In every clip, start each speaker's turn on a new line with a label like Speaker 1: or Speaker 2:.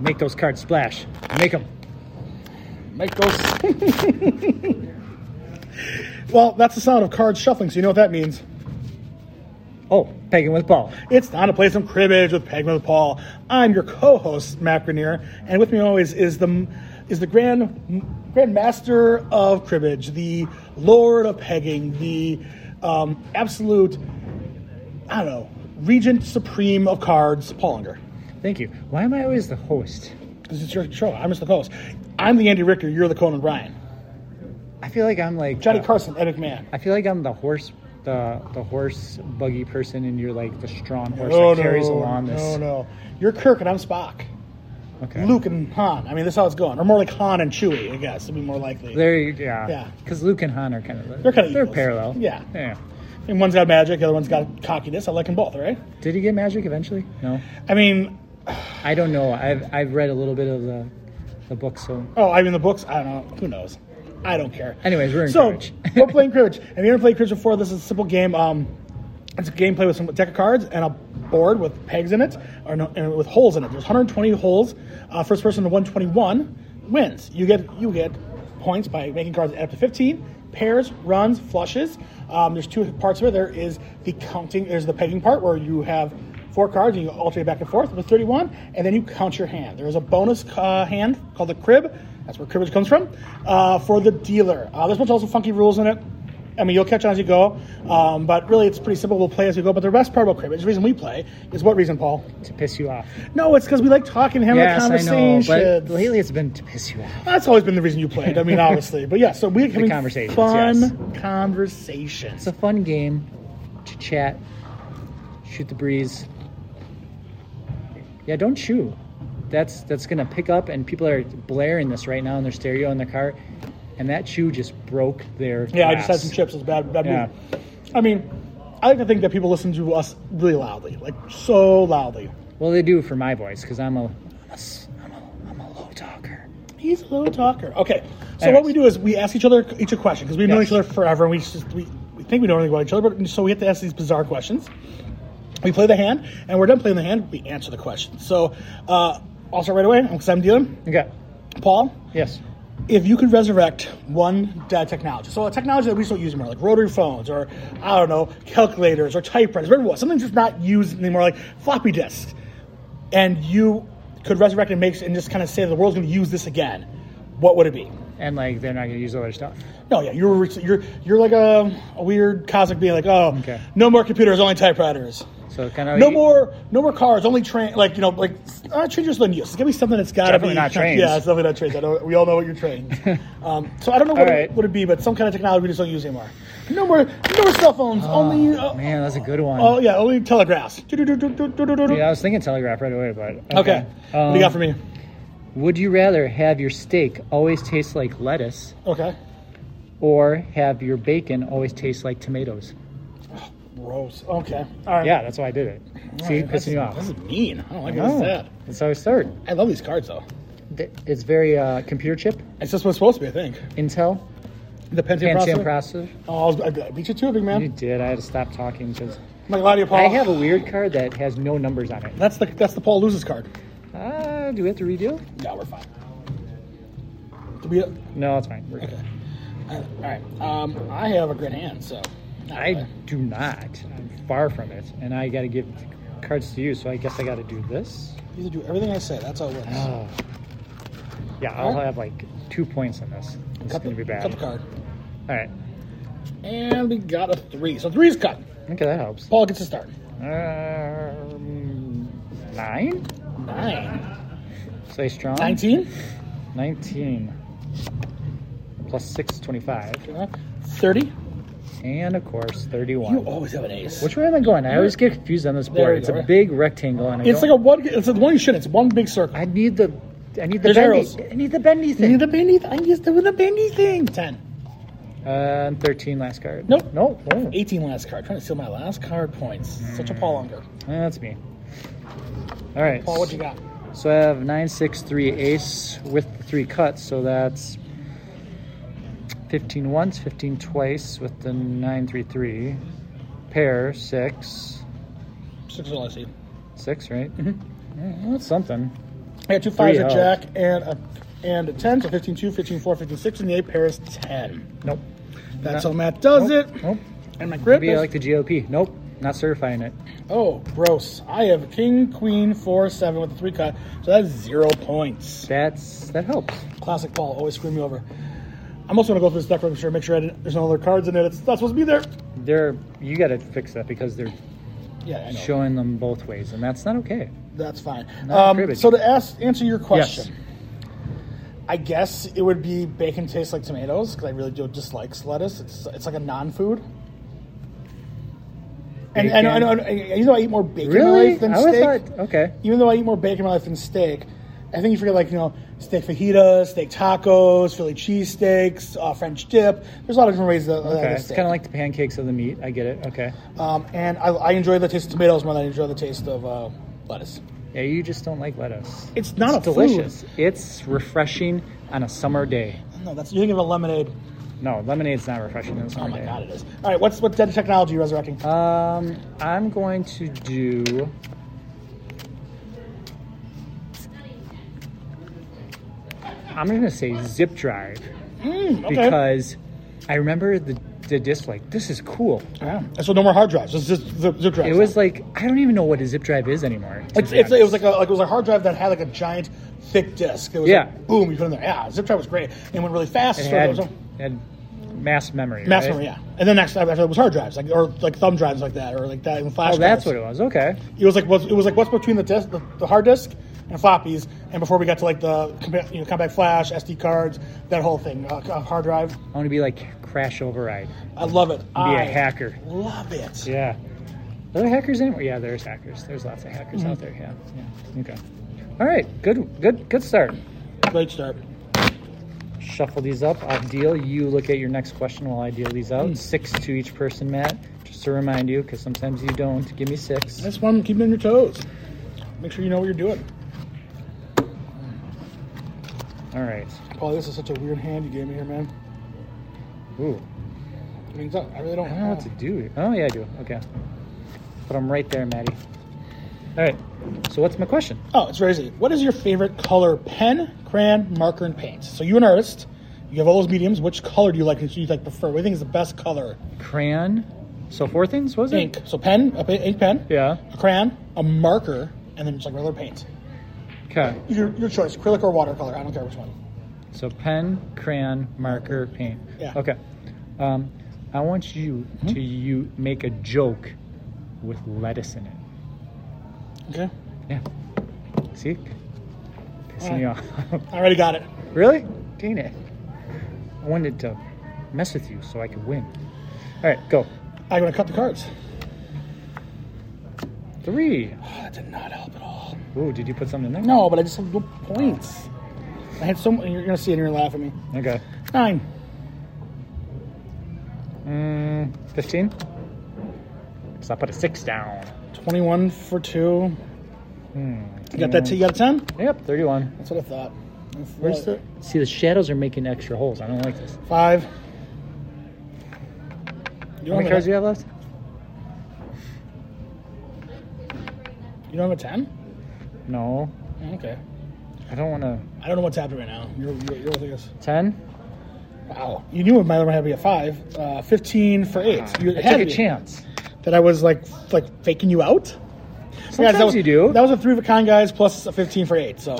Speaker 1: Make those cards splash. Make them.
Speaker 2: Make those.
Speaker 3: Well, that's the sound of cards shuffling, so you know what that means.
Speaker 1: Oh, pegging with ball.
Speaker 3: It's time to play some cribbage with Pegman with Paul. I'm your co-host Matt Grenier, and with me always is the is the grand grand master of cribbage, the lord of pegging, the um, absolute I don't know regent supreme of cards, Paul Unger.
Speaker 1: Thank you. Why am I always the host?
Speaker 3: This is your show. I'm just the host. I'm the Andy Richter. You're the Conan Bryan.
Speaker 1: I feel like I'm like
Speaker 3: Johnny
Speaker 1: the-
Speaker 3: Carson, Ed McMahon.
Speaker 1: I feel like I'm the horse, the the horse buggy person, and you're like the strong horse
Speaker 3: No,
Speaker 1: that carries
Speaker 3: Oh, no,
Speaker 1: along this.
Speaker 3: No, no. You're Kirk and I'm Spock.
Speaker 1: Okay.
Speaker 3: Luke and Han. I mean, that's how it's going. Or more like Han and Chewie, I guess. It'd be more likely.
Speaker 1: There, you, yeah.
Speaker 3: Yeah.
Speaker 1: Because Luke and Han are kind of
Speaker 3: They're kinda
Speaker 1: they're
Speaker 3: equals.
Speaker 1: parallel.
Speaker 3: Yeah.
Speaker 1: Yeah.
Speaker 3: I mean, one's got magic, the other one's got cockiness. I like them both, right?
Speaker 1: Did he get magic eventually? No.
Speaker 3: I mean,
Speaker 1: I don't know. I've I've read a little bit of the the book, so
Speaker 3: oh, I mean, the books, I don't know. Who knows? I don't care.
Speaker 1: Anyways, we're in
Speaker 3: so,
Speaker 1: cribbage.
Speaker 3: we're playing cribbage. Have you ever played cribbage before? This is a simple game. Um, it's a gameplay with some deck of cards and a board with pegs in it, or no, and with holes in it. There's 120 holes. Uh, first person to 121 wins. You get you get points by making cards up to 15 pairs, runs, flushes. Um, there's two parts of it. There is the counting. There's the pegging part where you have four cards and you alternate back and forth with 31, and then you count your hand. There is a bonus uh, hand called the crib. That's where cribbage comes from. Uh, for the dealer, uh, this one's also funky rules in it. I mean, you'll catch on as you go, um, but really it's pretty simple. We'll play as we go. But the best part about cribbage, the reason we play, is what reason, Paul?
Speaker 1: to piss you off.
Speaker 3: No, it's because we like talking, having a
Speaker 1: yes, I know.
Speaker 3: conversation.
Speaker 1: But lately, it's been to piss you off.
Speaker 3: That's always been the reason you played. I mean, obviously, but yeah. So we having
Speaker 1: conversations,
Speaker 3: fun
Speaker 1: yes.
Speaker 3: conversations.
Speaker 1: It's a fun game to chat, shoot the breeze. Yeah, don't chew. That's that's gonna pick up, and people are blaring this right now in their stereo in their car, and that chew just broke their.
Speaker 3: Yeah, I just had
Speaker 1: glass.
Speaker 3: some chips. It was bad. bad
Speaker 1: Yeah.
Speaker 3: move. I mean, I like to think that people listen to us really loudly, like so loudly.
Speaker 1: Well, they do for my voice because I'm a, I'm a, s- I'm a, I'm a low talker.
Speaker 3: He's a little talker. Okay, so
Speaker 1: Anyways.
Speaker 3: what we do is we ask each other each a question because we've known
Speaker 1: Yes.
Speaker 3: each other forever and we just we, we think we know everything about each other, but so we have to ask these bizarre questions. We play the hand, and we're done playing the hand. We answer the question. So uh, I'll start right away because I'm dealing.
Speaker 1: Okay.
Speaker 3: Paul,
Speaker 1: Yes.
Speaker 3: if you could resurrect one dead technology, so a technology that we still use anymore, like rotary phones or I don't know, calculators or typewriters, whatever it was, something just not used anymore, like floppy disks, and you could resurrect and make and just kind of say the world's going to use this again, what would it be?
Speaker 1: And like they're not gonna use other stuff.
Speaker 3: No, yeah, you're you're you're like a, a weird cosmic being, like oh,
Speaker 1: Okay.
Speaker 3: no more computers, only typewriters.
Speaker 1: So kind of
Speaker 3: No more, no more cars. Only train, like you know, like uh, train just letting use. It's gonna be something that's gotta
Speaker 1: Definitely
Speaker 3: be
Speaker 1: not trains.
Speaker 3: Yeah, it's definitely not trains. I know, we all know what you're trained. um, so I don't know what
Speaker 1: All
Speaker 3: it,
Speaker 1: right.
Speaker 3: would it be, but some kind of technology we just don't use anymore. No more, no more cell phones. only uh,
Speaker 1: Oh, Man, that's a good one.
Speaker 3: oh yeah, only telegraphs. Do-do-do-do-do-do-do-do.
Speaker 1: Yeah, I was thinking telegraph right away, but
Speaker 3: Okay, what do
Speaker 1: Um,
Speaker 3: you got for me?
Speaker 1: Would you rather have your steak always taste like lettuce,
Speaker 3: Okay,
Speaker 1: or have your bacon always taste like tomatoes?
Speaker 3: gross. Okay, all right.
Speaker 1: Yeah, that's why I did it. See,
Speaker 3: That's-
Speaker 1: pissing you off.
Speaker 3: This is mean. I don't like
Speaker 1: No,
Speaker 3: that.
Speaker 1: that's how I start.
Speaker 3: I love these cards though.
Speaker 1: Th- It's very uh, computer chip,
Speaker 3: It's just what it's supposed to be, I think.
Speaker 1: Intel,
Speaker 3: The Pentium
Speaker 1: Pentium
Speaker 3: processor.
Speaker 1: processor.
Speaker 3: Oh, I, was, I beat you to it, big
Speaker 1: You
Speaker 3: man.
Speaker 1: did. I had to stop talking because
Speaker 3: My Gladio Paul.
Speaker 1: I have a weird card that has no numbers on it.
Speaker 3: That's the that's the Paul loses card.
Speaker 1: Uh, do we have to redo?
Speaker 3: Yeah, we're fine. uh, Do we? Okay.
Speaker 1: No, it's fine. We're good.
Speaker 3: All right. Um, I have a good hand, so. not
Speaker 1: I
Speaker 3: really.
Speaker 1: do not. I'm far from it, and I got to give cards to you. So I guess I got to do this.
Speaker 3: You have to do everything I say. That's how it works.
Speaker 1: Oh. Yeah, I'll have like two points on this. It's
Speaker 3: cut the,
Speaker 1: gonna be
Speaker 3: Cut
Speaker 1: bad.
Speaker 3: the card.
Speaker 1: All right.
Speaker 3: And we got a three. So three's cut.
Speaker 1: Okay, that helps.
Speaker 3: Paul gets to start.
Speaker 1: Um, nine.
Speaker 3: Nine.
Speaker 1: Stay strong.
Speaker 3: Nineteen.
Speaker 1: 19 plus 6 25
Speaker 3: Thirty.
Speaker 1: and of course
Speaker 3: You
Speaker 1: 31
Speaker 3: always have an ace.
Speaker 1: which way am i going i always get confused on this
Speaker 3: There
Speaker 1: board
Speaker 3: we
Speaker 1: it's
Speaker 3: go.
Speaker 1: a big rectangle and I
Speaker 3: It's
Speaker 1: don't-
Speaker 3: like a one. It's the one you shouldn't. It's one big circle.
Speaker 1: i need the i need the
Speaker 3: There's arrows.
Speaker 1: bendy i need the bendy
Speaker 3: You
Speaker 1: thing
Speaker 3: need the bendy. I used to with the bendy thing. Ten.
Speaker 1: uh, and 13 last card
Speaker 3: Nope.
Speaker 1: nope oh,
Speaker 3: 18 last card. Trying to steal my last card points. Such a Paul Unger.
Speaker 1: that's me all right
Speaker 3: Paul, what you got?
Speaker 1: so i have 963 ace with the three cuts so that's 15 once 15 twice with the 933 pair 6
Speaker 3: Six or less.
Speaker 1: Six, right? Mm-hmm. that's something.
Speaker 3: I got two fives,
Speaker 1: Three
Speaker 3: a
Speaker 1: outs.
Speaker 3: jack, and a and a ten. So 15 2, 15 4, 15 6, and the eight pair is 10.
Speaker 1: Nope.
Speaker 3: That's how Matt does
Speaker 1: Nope.
Speaker 3: it.
Speaker 1: Nope.
Speaker 3: And my grip
Speaker 1: Maybe I
Speaker 3: is.
Speaker 1: like the GOP. Nope. Not certifying it.
Speaker 3: oh, gross. I have king, queen, 4, 7 with a 3 cut. So that's zero points.
Speaker 1: That's that helps.
Speaker 3: Classic Paul, always screw me over. I'm also going to go through this deck, I'm sure, make sure I didn't, there's no other cards in it. It's not supposed to be there.
Speaker 1: They're you got to fix that because they're
Speaker 3: Yeah, I know.
Speaker 1: showing them both ways, and that's not okay.
Speaker 3: That's fine.
Speaker 1: Not
Speaker 3: Um,
Speaker 1: cribbage.
Speaker 3: so to ask, answer your question, I guess it would be bacon tastes like tomatoes because I really do dislike lettuce. It's it's like a non-food. And, and, and, and, and you know I eat more bacon in my
Speaker 1: Really?
Speaker 3: life than
Speaker 1: I always
Speaker 3: steak.
Speaker 1: thought okay.
Speaker 3: Even though I eat more bacon in my life than steak, I think you forget like you know steak fajitas, steak tacos, Philly cheesesteaks, uh, French dip. There's a lot of different ways to uh,
Speaker 1: Okay.
Speaker 3: to
Speaker 1: It's
Speaker 3: steak.
Speaker 1: kind of like the pancakes of the meat. I get it. Okay.
Speaker 3: um, and I, I enjoy the taste of tomatoes more than I enjoy the taste of uh, lettuce.
Speaker 1: Yeah, you just don't like lettuce.
Speaker 3: It's not a food.
Speaker 1: delicious. It's refreshing on a summer day.
Speaker 3: No, that's you're thinking of a lemonade.
Speaker 1: No, lemonade's not refreshing on a summer
Speaker 3: Oh my
Speaker 1: day.
Speaker 3: god, it is. All right, what's what dead technology you resurrecting? Hmm,
Speaker 1: Um, I'm going to do. I'm going to say zip drive
Speaker 3: Mm, okay.
Speaker 1: because I remember the, the disc like this is cool.
Speaker 3: yeah. So no more hard drives. It's just zip, zip drives.
Speaker 1: It was like I don't even know what a zip drive is anymore. to
Speaker 3: it's,
Speaker 1: be
Speaker 3: it's, it was
Speaker 1: honest.
Speaker 3: like a like it was a hard drive that had like a giant thick disk. It was
Speaker 1: Yeah.
Speaker 3: like, boom, you put it in there. Yeah, zip drive was great. And it went really fast.
Speaker 1: it
Speaker 3: so
Speaker 1: had,
Speaker 3: was a-
Speaker 1: had mass memory.
Speaker 3: mass
Speaker 1: right?
Speaker 3: memory, yeah. And then next after that was hard drives, like or like thumb drives like that, or like that and flash.
Speaker 1: Oh, that's what
Speaker 3: drives.
Speaker 1: it was. Okay.
Speaker 3: It was like what's it was like what's between the disk, the, the hard disk and floppies, and before we got to like the compa- you know compact flash, SD cards, that whole thing, uh, uh, hard drive.
Speaker 1: I want to be like crash override.
Speaker 3: I love it.
Speaker 1: Be
Speaker 3: I
Speaker 1: a hacker.
Speaker 3: Love it.
Speaker 1: Yeah. Are there hackers anywhere? Yeah, there's hackers. There's lots of hackers out there. Yeah. Yeah. Okay. All right. Good. Good. Good start.
Speaker 3: Great start.
Speaker 1: Shuffle these up. I'll deal. You look at your next question while I deal these out. Six to each person, Matt. Just to remind you, because sometimes you don't. Give me six.
Speaker 3: That's one. Keep it on your toes. Make sure you know what you're doing.
Speaker 1: All right.
Speaker 3: Paul, Oh, this is such a weird hand you gave me here, man.
Speaker 1: Ooh.
Speaker 3: I mean, it's not- I really don't
Speaker 1: I don't know what to do. Oh yeah, I do. Okay. But I'm right there, Maddie. All right. So what's my question?
Speaker 3: Oh, it's very easy. What is your favorite color pen, crayon, marker, and paint? So you're an artist. You have all those mediums. Which color do you like? Do you like prefer? What do you think is the best color?
Speaker 1: Crayon. So four things was it?
Speaker 3: Ink. So pen, a pa- ink pen,
Speaker 1: Yeah.
Speaker 3: a crayon, a marker, and then just like regular paint.
Speaker 1: Okay.
Speaker 3: Your, your choice, acrylic or watercolor. I don't care which one.
Speaker 1: So pen, crayon, marker, paint.
Speaker 3: Yeah. Mm-hmm.
Speaker 1: Okay. Um, I want you to you make a joke with lettuce in it.
Speaker 3: Okay.
Speaker 1: Yeah. See? Pissing me off.
Speaker 3: I already got it.
Speaker 1: really? Dang it. I wanted to mess with you so I could win. All right, go.
Speaker 3: I'm gonna cut the cards.
Speaker 1: Three.
Speaker 3: Oh, that did not help at all.
Speaker 1: Ooh, did you put something in there?
Speaker 3: No, but I just have no points. I had so. m- You're gonna see it. and You're gonna laugh at me.
Speaker 1: Okay.
Speaker 3: Nine.
Speaker 1: Mm, 15? So I put a six down.
Speaker 3: 21 for two.
Speaker 1: Hmm.
Speaker 3: You got that? T, you got a 10?
Speaker 1: Yep, 31.
Speaker 3: That's what I thought. That's
Speaker 1: Where's
Speaker 3: what-
Speaker 1: the. See, the shadows are making extra holes. I don't like this.
Speaker 3: Five. You
Speaker 1: How
Speaker 3: don't,
Speaker 1: many
Speaker 3: have a,
Speaker 1: cards do
Speaker 3: you
Speaker 1: you have left?
Speaker 3: don't have a 10?
Speaker 1: No.
Speaker 3: Okay.
Speaker 1: I don't want to.
Speaker 3: I don't know what's happening right now. You're, you're, you're with us.
Speaker 1: 10?
Speaker 3: Wow. You knew my number had to be a 5. Uh, 15 for 8. You
Speaker 1: Ah, I took
Speaker 3: had to
Speaker 1: a
Speaker 3: be.
Speaker 1: chance.
Speaker 3: That I was like f- like faking you out?
Speaker 1: Sometimes
Speaker 3: that was,
Speaker 1: you do.
Speaker 3: That was a 3 of a kind, guys, plus a 15 for 8. So,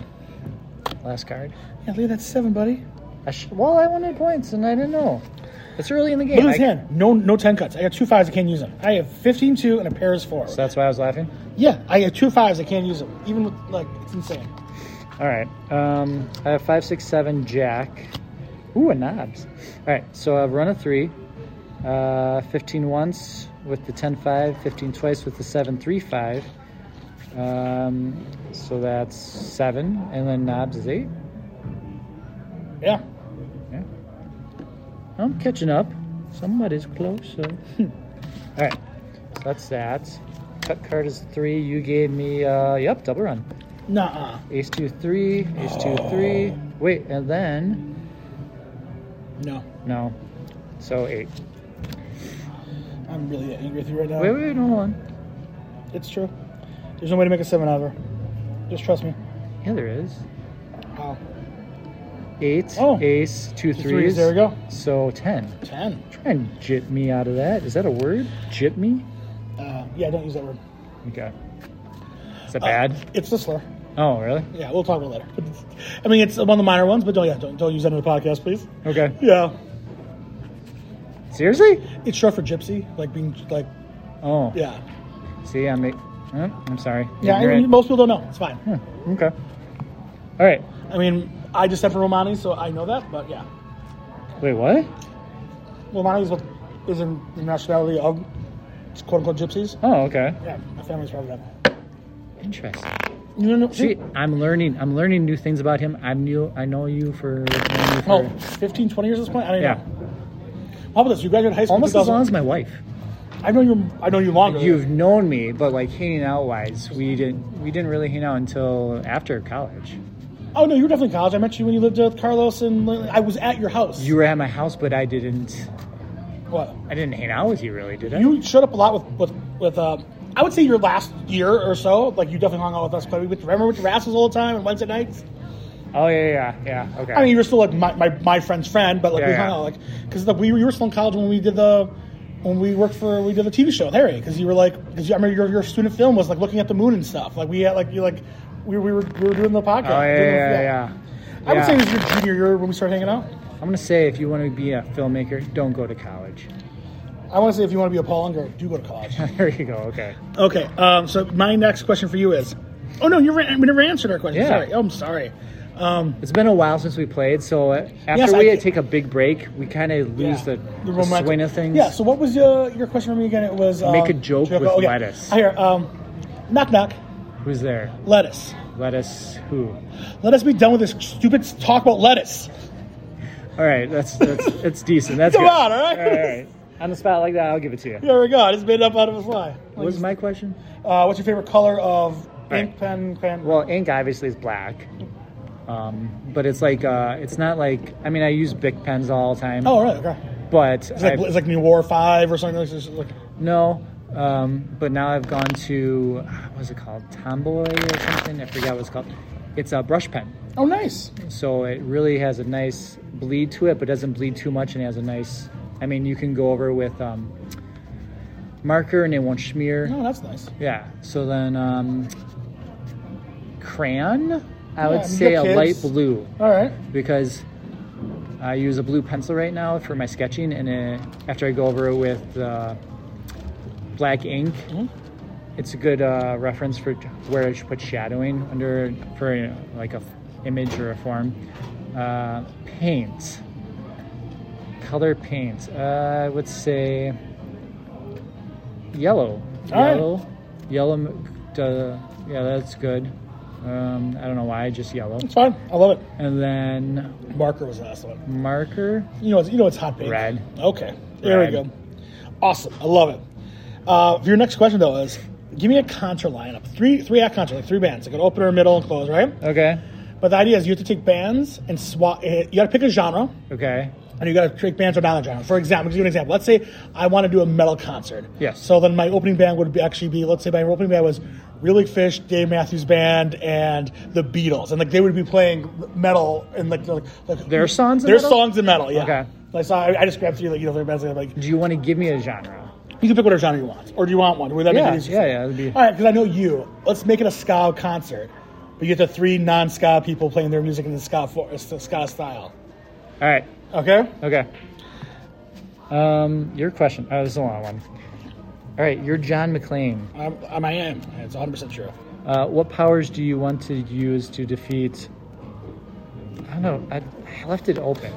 Speaker 1: Last card.
Speaker 3: yeah, leave that 7, buddy.
Speaker 1: I sh- well, I wanted points and I didn't know. It's early in the game.
Speaker 3: Look at this
Speaker 1: I-
Speaker 3: hand. No, no 10 cuts. I got two fives. I can't use them. I have 15, 2, and a pair is 4.
Speaker 1: So that's why I was laughing.
Speaker 3: Yeah, I have two fives. I can't use them. Even with like, it's insane.
Speaker 1: All right. Um, I have five, six, seven, jack. Ooh, a knobs. All right. So I've run a three, uh, 15 once with the 10 5, 15 twice with the 7 3 5. Um, so that's seven. And then knobs is eight.
Speaker 3: Yeah.
Speaker 1: Yeah. I'm catching up. Somebody's closer. All right. So that's that. Cut card is three. You gave me, uh, yep, double run.
Speaker 3: Nuh-uh.
Speaker 1: Ace two three. Ace two three. Wait, and then
Speaker 3: No.
Speaker 1: no. So eight.
Speaker 3: I'm really angry with you right now.
Speaker 1: Wait, wait, wait, hold on.
Speaker 3: It's true. There's no way to make a seven out of her. Just trust me.
Speaker 1: Yeah, there is.
Speaker 3: Wow.
Speaker 1: Eight,
Speaker 3: Oh.
Speaker 1: ace, two threes.
Speaker 3: Two threes, there we go.
Speaker 1: So ten.
Speaker 3: Ten.
Speaker 1: Try and jip me out of that. Is that a word? Jip me?
Speaker 3: Uh, yeah, don't use that word.
Speaker 1: Okay. Is
Speaker 3: Uh,
Speaker 1: that bad?
Speaker 3: It's the slur.
Speaker 1: oh, really?
Speaker 3: Yeah, we'll talk about it later. But it's- I mean, it's one of the minor ones, but don't yeah, don't, don't use that in the podcast, please.
Speaker 1: Okay.
Speaker 3: Yeah,
Speaker 1: Seriously?
Speaker 3: it's short for gypsy, like being like
Speaker 1: Oh.
Speaker 3: yeah,
Speaker 1: See, I'm. A, huh? I'm sorry.
Speaker 3: yeah. I mean,
Speaker 1: Ignorant.
Speaker 3: most people don't know. It's fine.
Speaker 1: Hmm, Okay. All right.
Speaker 3: I mean, I just said for Romani, so I know that. But yeah,
Speaker 1: Wait, what?
Speaker 3: Romani is what is in the nationality of quote unquote gypsies.
Speaker 1: Oh, okay.
Speaker 3: Yeah, my family's from them.
Speaker 1: Interesting.
Speaker 3: You don't know?
Speaker 1: See, I'm learning. I'm learning new things about him. I knew. I know you for. known you
Speaker 3: Oh,
Speaker 1: for
Speaker 3: 15, 20 years at this point? I don't
Speaker 1: yeah.
Speaker 3: know. How about this? You graduated high school.
Speaker 1: Almost as
Speaker 3: 2000.
Speaker 1: long as my wife.
Speaker 3: I've known you. I know you longer.
Speaker 1: You've known me, but like hanging out wise, we didn't. We didn't really hang out until after college.
Speaker 3: Oh no, you were definitely in college. I met you when you lived with Carlos, and I was at your house.
Speaker 1: You were at my house, but I didn't.
Speaker 3: what?
Speaker 1: I didn't hang out with you really, did I?
Speaker 3: You showed up a lot with with with. Uh, I would say your last year or so, like you definitely hung out with us. But we would remember with your asses all the time and Wednesday nights.
Speaker 1: oh yeah, yeah, yeah. Okay.
Speaker 3: I mean, you were still like my, my, my friend's friend, but like we
Speaker 1: Yeah,
Speaker 3: hung
Speaker 1: yeah.
Speaker 3: out like because we you were still in college when we did the when we worked for we did the TV show with Harry because you were like because I remember your, your student film was like looking at the moon and stuff like we had like you like we, we were we were doing the podcast.
Speaker 1: oh yeah,
Speaker 3: doing the-
Speaker 1: yeah, yeah. yeah.
Speaker 3: I would
Speaker 1: Yeah.
Speaker 3: say it was your junior year when we started hanging out.
Speaker 1: I'm gonna say if you want to be a filmmaker, don't go to college.
Speaker 3: I want to say if you want to be a Paul Unger, do go to college.
Speaker 1: there you go. Okay.
Speaker 3: okay, um, so my next question for you is, oh no, you ran, we never answered our question.
Speaker 1: Yeah.
Speaker 3: Sorry, oh, I'm sorry. Um,
Speaker 1: It's been a while since we played, so uh,
Speaker 3: Yes,
Speaker 1: after
Speaker 3: I
Speaker 1: we
Speaker 3: ca-
Speaker 1: take a big break, we kind of lose the,
Speaker 3: yeah,
Speaker 1: the,
Speaker 3: romantic-
Speaker 1: swing of things.
Speaker 3: Yeah. So what was your your question for me again? It was
Speaker 1: Make a
Speaker 3: um,
Speaker 1: joke with
Speaker 3: oh, yeah.
Speaker 1: lettuce.
Speaker 3: I hear um, knock knock
Speaker 1: Who's there?
Speaker 3: lettuce.
Speaker 1: Let us. Who?
Speaker 3: Let us be done with this stupid talk about lettuce.
Speaker 1: All right, that's that's that's decent. That's
Speaker 3: Come
Speaker 1: good.
Speaker 3: on, all right?
Speaker 1: all right. On the spot like that, I'll give it to you.
Speaker 3: There we go. I just made it up out of a fly.
Speaker 1: What was my question?
Speaker 3: Uh, what's your favorite color of ink
Speaker 1: Right.
Speaker 3: pen pen?
Speaker 1: Well, ink obviously is black, um, but it's like uh, it's not like I mean I use Bic pens all the time.
Speaker 3: oh right, okay.
Speaker 1: but
Speaker 3: It's like
Speaker 1: I've-
Speaker 3: it's like New War Five or something like this. Like,
Speaker 1: no. Um, but now I've gone to ah, what's it called, Tomboy or something? I forgot what it's called. It's a brush pen,
Speaker 3: oh nice.
Speaker 1: so it really has a nice bleed to it, but doesn't bleed too much, and it has a nice. I mean, you can go over with um, marker, and it won't smear.
Speaker 3: No, that's nice.
Speaker 1: Yeah. So then, um, crayon, I
Speaker 3: Yeah,
Speaker 1: would
Speaker 3: you
Speaker 1: say a
Speaker 3: got
Speaker 1: light
Speaker 3: kids.
Speaker 1: blue
Speaker 3: All right.
Speaker 1: because I use a blue pencil right now for my sketching, and it, after I go over it with uh, black ink, it's a good uh, reference for where I should put shadowing under for you know, like a f- image or a form. Uh, paint, color paint. Uh, I would say yellow,
Speaker 3: All right.
Speaker 1: yellow, yellow. m- duh, yeah, that's good. Um, I don't know why, just yellow.
Speaker 3: It's fine. I love it.
Speaker 1: And then
Speaker 3: Marker was the last one.
Speaker 1: marker.
Speaker 3: You know, it's, you know, it's hot pink.
Speaker 1: Red.
Speaker 3: Okay, there
Speaker 1: Red.
Speaker 3: we go. Awesome, I love it. Uh, for your next question though is, give me a contra lineup. Three three act contra, like three bands, like an opener, middle, and close, right?
Speaker 1: Okay.
Speaker 3: But the idea is you have to take bands and swap. eh, You got to pick a genre,
Speaker 1: Okay.
Speaker 3: and you got to take bands or not a genre. For example, give you an example. Let's say I want to do a metal concert.
Speaker 1: Yes.
Speaker 3: So then my opening band would be actually be let's say my opening band was Really Fish, Dave Matthews Band, and the Beatles, and like they would be playing metal and like like, like
Speaker 1: Their songs in
Speaker 3: their
Speaker 1: metal?
Speaker 3: songs in metal. Yeah.
Speaker 1: Okay.
Speaker 3: Like so I, I just grabbed three like you know their bands like, like
Speaker 1: Do you want to give me a genre?
Speaker 3: you can pick whatever genre you want, or do you want one? Would that
Speaker 1: Yeah,
Speaker 3: make it easier?
Speaker 1: yeah, yeah, that'd be-
Speaker 3: All right, because I know you. Let's make it a ska concert, but you get the three non-ska people playing their music in the ska for, uh, ska style.
Speaker 1: All right.
Speaker 3: Okay.
Speaker 1: Okay. Um, your question. Oh, this is a long one. All right. You're John McClane.
Speaker 3: I'm, I'm, I am. It's 100 percent true.
Speaker 1: Uh, what powers do you want to use to defeat? I don't know. I, I left it open.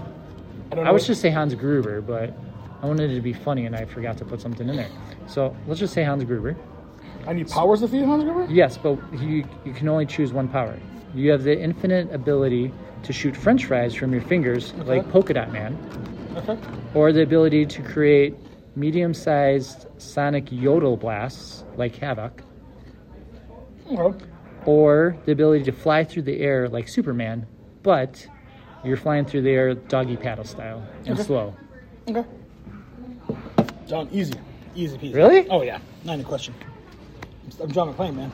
Speaker 3: I don't
Speaker 1: I was just say Hans Gruber, but I wanted it to be funny, and I forgot to put something in there. So let's just say Hans Gruber.
Speaker 3: I need powers to feed Hans Gruber.
Speaker 1: Yes, but you, you can only choose one power. You have the infinite ability to shoot french fries from your fingers, like Polka Dot Man,
Speaker 3: Okay.
Speaker 1: or the ability to create medium sized sonic yodel blasts, like Havoc,
Speaker 3: Okay.
Speaker 1: or the ability to fly through the air like Superman, but you're flying through the air doggy paddle style and slow.
Speaker 3: Okay. John, easy, easy peasy.
Speaker 1: Really?
Speaker 3: Oh yeah. Not any question. I'm, I'm John McClane, man.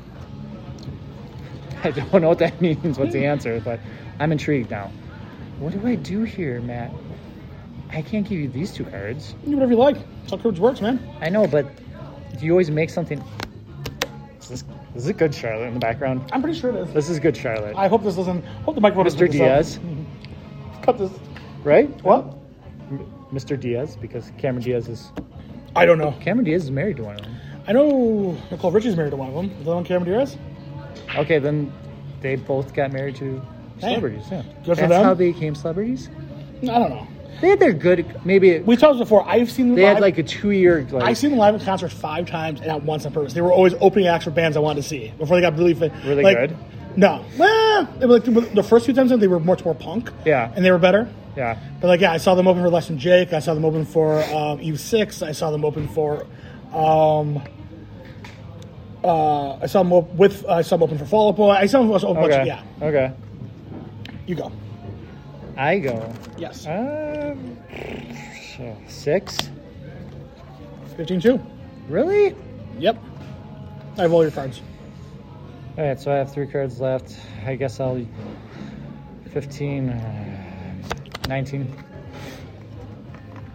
Speaker 1: I don't know what that means. What's the answer? But I'm intrigued now. What do I do here, Matt? I can't give you these two cards.
Speaker 3: You do whatever you like. That's how Courage works, man.
Speaker 1: I know, but you always make something. Is this, this is a good Charlotte in the background.
Speaker 3: I'm pretty sure it is.
Speaker 1: This is good Charlotte,
Speaker 3: I hope this doesn't. Hope the microphone doesn't
Speaker 1: Mr.
Speaker 3: pick this
Speaker 1: Diaz,
Speaker 3: up. Cut this.
Speaker 1: right?
Speaker 3: What?
Speaker 1: M- Mr. Diaz, because Cameron Diaz is
Speaker 3: I don't know.
Speaker 1: Cameron Diaz is married to one of them.
Speaker 3: I know Nicole Richie's married to one of them. The other one, Cameron Diaz.
Speaker 1: Okay, then they both got married to
Speaker 3: Hey,
Speaker 1: celebrities. Yeah,
Speaker 3: good for
Speaker 1: that's
Speaker 3: them.
Speaker 1: how they became celebrities.
Speaker 3: I don't know.
Speaker 1: They had their good. Maybe
Speaker 3: We talked before. I've seen them
Speaker 1: they
Speaker 3: live.
Speaker 1: had like a two-year. Like,
Speaker 3: I've seen them live in concert five times and not once on purpose. They were always opening acts for bands I wanted to see before they got really fit.
Speaker 1: Were they
Speaker 3: like,
Speaker 1: good?
Speaker 3: No. Well, they were like, the first few times they were much more punk.
Speaker 1: Yeah.
Speaker 3: And they were better.
Speaker 1: Yeah.
Speaker 3: But like, yeah, I saw them open for Less Than Jake. I saw them open for um, Eve Six. I saw them open for. Um, uh, I saw them op- with. I saw them open for Fall Out Boy. I saw them open.
Speaker 1: Okay.
Speaker 3: Bunch, yeah,
Speaker 1: Okay.
Speaker 3: you go.
Speaker 1: I go.
Speaker 3: Yes.
Speaker 1: Um, so six.
Speaker 3: Fifteen two.
Speaker 1: Really?
Speaker 3: Yep. I have all your cards.
Speaker 1: All right. So I have three cards left. I guess I'll. Fifteen. uh, Nineteen.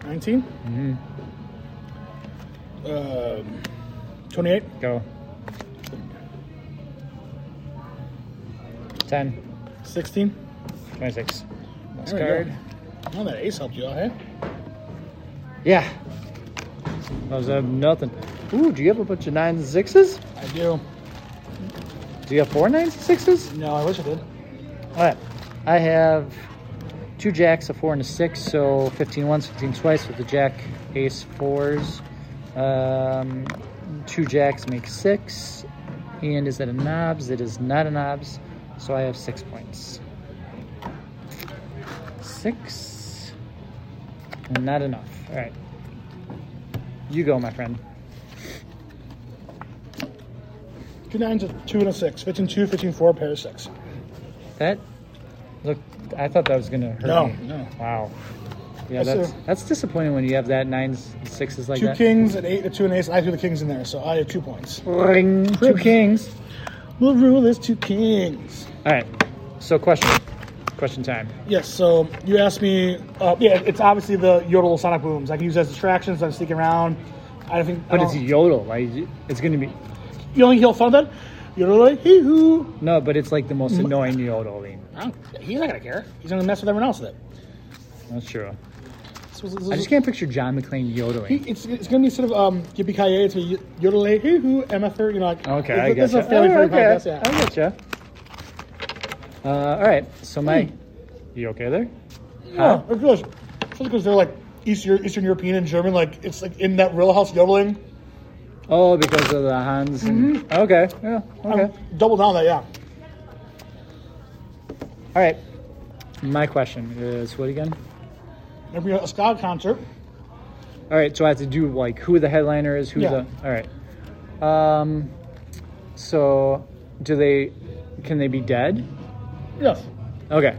Speaker 3: Nineteen. Mm-hmm. Um, twenty-eight.
Speaker 1: Go. Ten.
Speaker 3: 16.
Speaker 1: Twenty-six. Last
Speaker 3: There we
Speaker 1: card.
Speaker 3: go. Oh, that ace helped you out, hey?
Speaker 1: Yeah. That was uh, nothing. Ooh, do you have a bunch of nines and sixes?
Speaker 3: I do.
Speaker 1: Do you have four nines and sixes?
Speaker 3: No, I wish I did.
Speaker 1: All right. I have two jacks, a four and a six, so 15 once, 15 twice with the jack, ace, fours. Um, two jacks make six. And is that a knobs? It is not a knobs. So I have six points. Six. Not enough. All right. You go, my friend.
Speaker 3: Two nines, a two and a six. 15 two, 15 four, pair of six.
Speaker 1: That look. I thought that was gonna hurt
Speaker 3: No,
Speaker 1: me.
Speaker 3: no.
Speaker 1: Wow. Yeah,
Speaker 3: That's
Speaker 1: that's
Speaker 3: a-
Speaker 1: that's disappointing when you have that nines and sixes like
Speaker 3: Two
Speaker 1: that.
Speaker 3: kings, an eight, a two and ace. I threw the kings in there, so I have two points.
Speaker 1: Ring. Two kings.
Speaker 3: We'll rule is two kings.
Speaker 1: All right. So question. Question time.
Speaker 3: Yes, so you asked me. Uh, yeah, it's obviously the yodel sonic booms. I can use as distractions. I'm sneaking around. I think. I
Speaker 1: But
Speaker 3: don't-
Speaker 1: it's yodel. Like it's gonna be
Speaker 3: You only heal fun then? Yodel, like, hee hoo.
Speaker 1: no, but it's like the most annoying yodeling.
Speaker 3: I don't- He's not going to care. He's going to mess with everyone else with it.
Speaker 1: That's true.
Speaker 3: This was- this
Speaker 1: I
Speaker 3: was-
Speaker 1: just can't picture John McClane
Speaker 3: He-
Speaker 1: yodeling.
Speaker 3: It's, it's going to be sort of um, yippee ki yay. It's a y- yodelay, hoo hoo, MFR. You know, like
Speaker 1: Okay,
Speaker 3: this,
Speaker 1: I
Speaker 3: this
Speaker 1: guess.
Speaker 3: is a family friendly
Speaker 1: Oh,
Speaker 3: podcast. Yeah.
Speaker 1: I gotcha. Uh, all right. So my,
Speaker 3: Hmm.
Speaker 1: you okay there?
Speaker 3: yeah, it goes. It's because they're like Eastern Eastern European and German. Like it's like in that real house yodeling.
Speaker 1: Oh, because of the Hans. And,
Speaker 3: Mm-hmm.
Speaker 1: Okay. Yeah.
Speaker 3: I'm
Speaker 1: Okay.
Speaker 3: double down that. Yeah.
Speaker 1: All right. My question is what again?
Speaker 3: Maybe a ska concert.
Speaker 1: All right, so I have to do like who the headliner is, who
Speaker 3: Yeah.
Speaker 1: the All right. Um so do they can they be dead?
Speaker 3: Yes.
Speaker 1: Okay.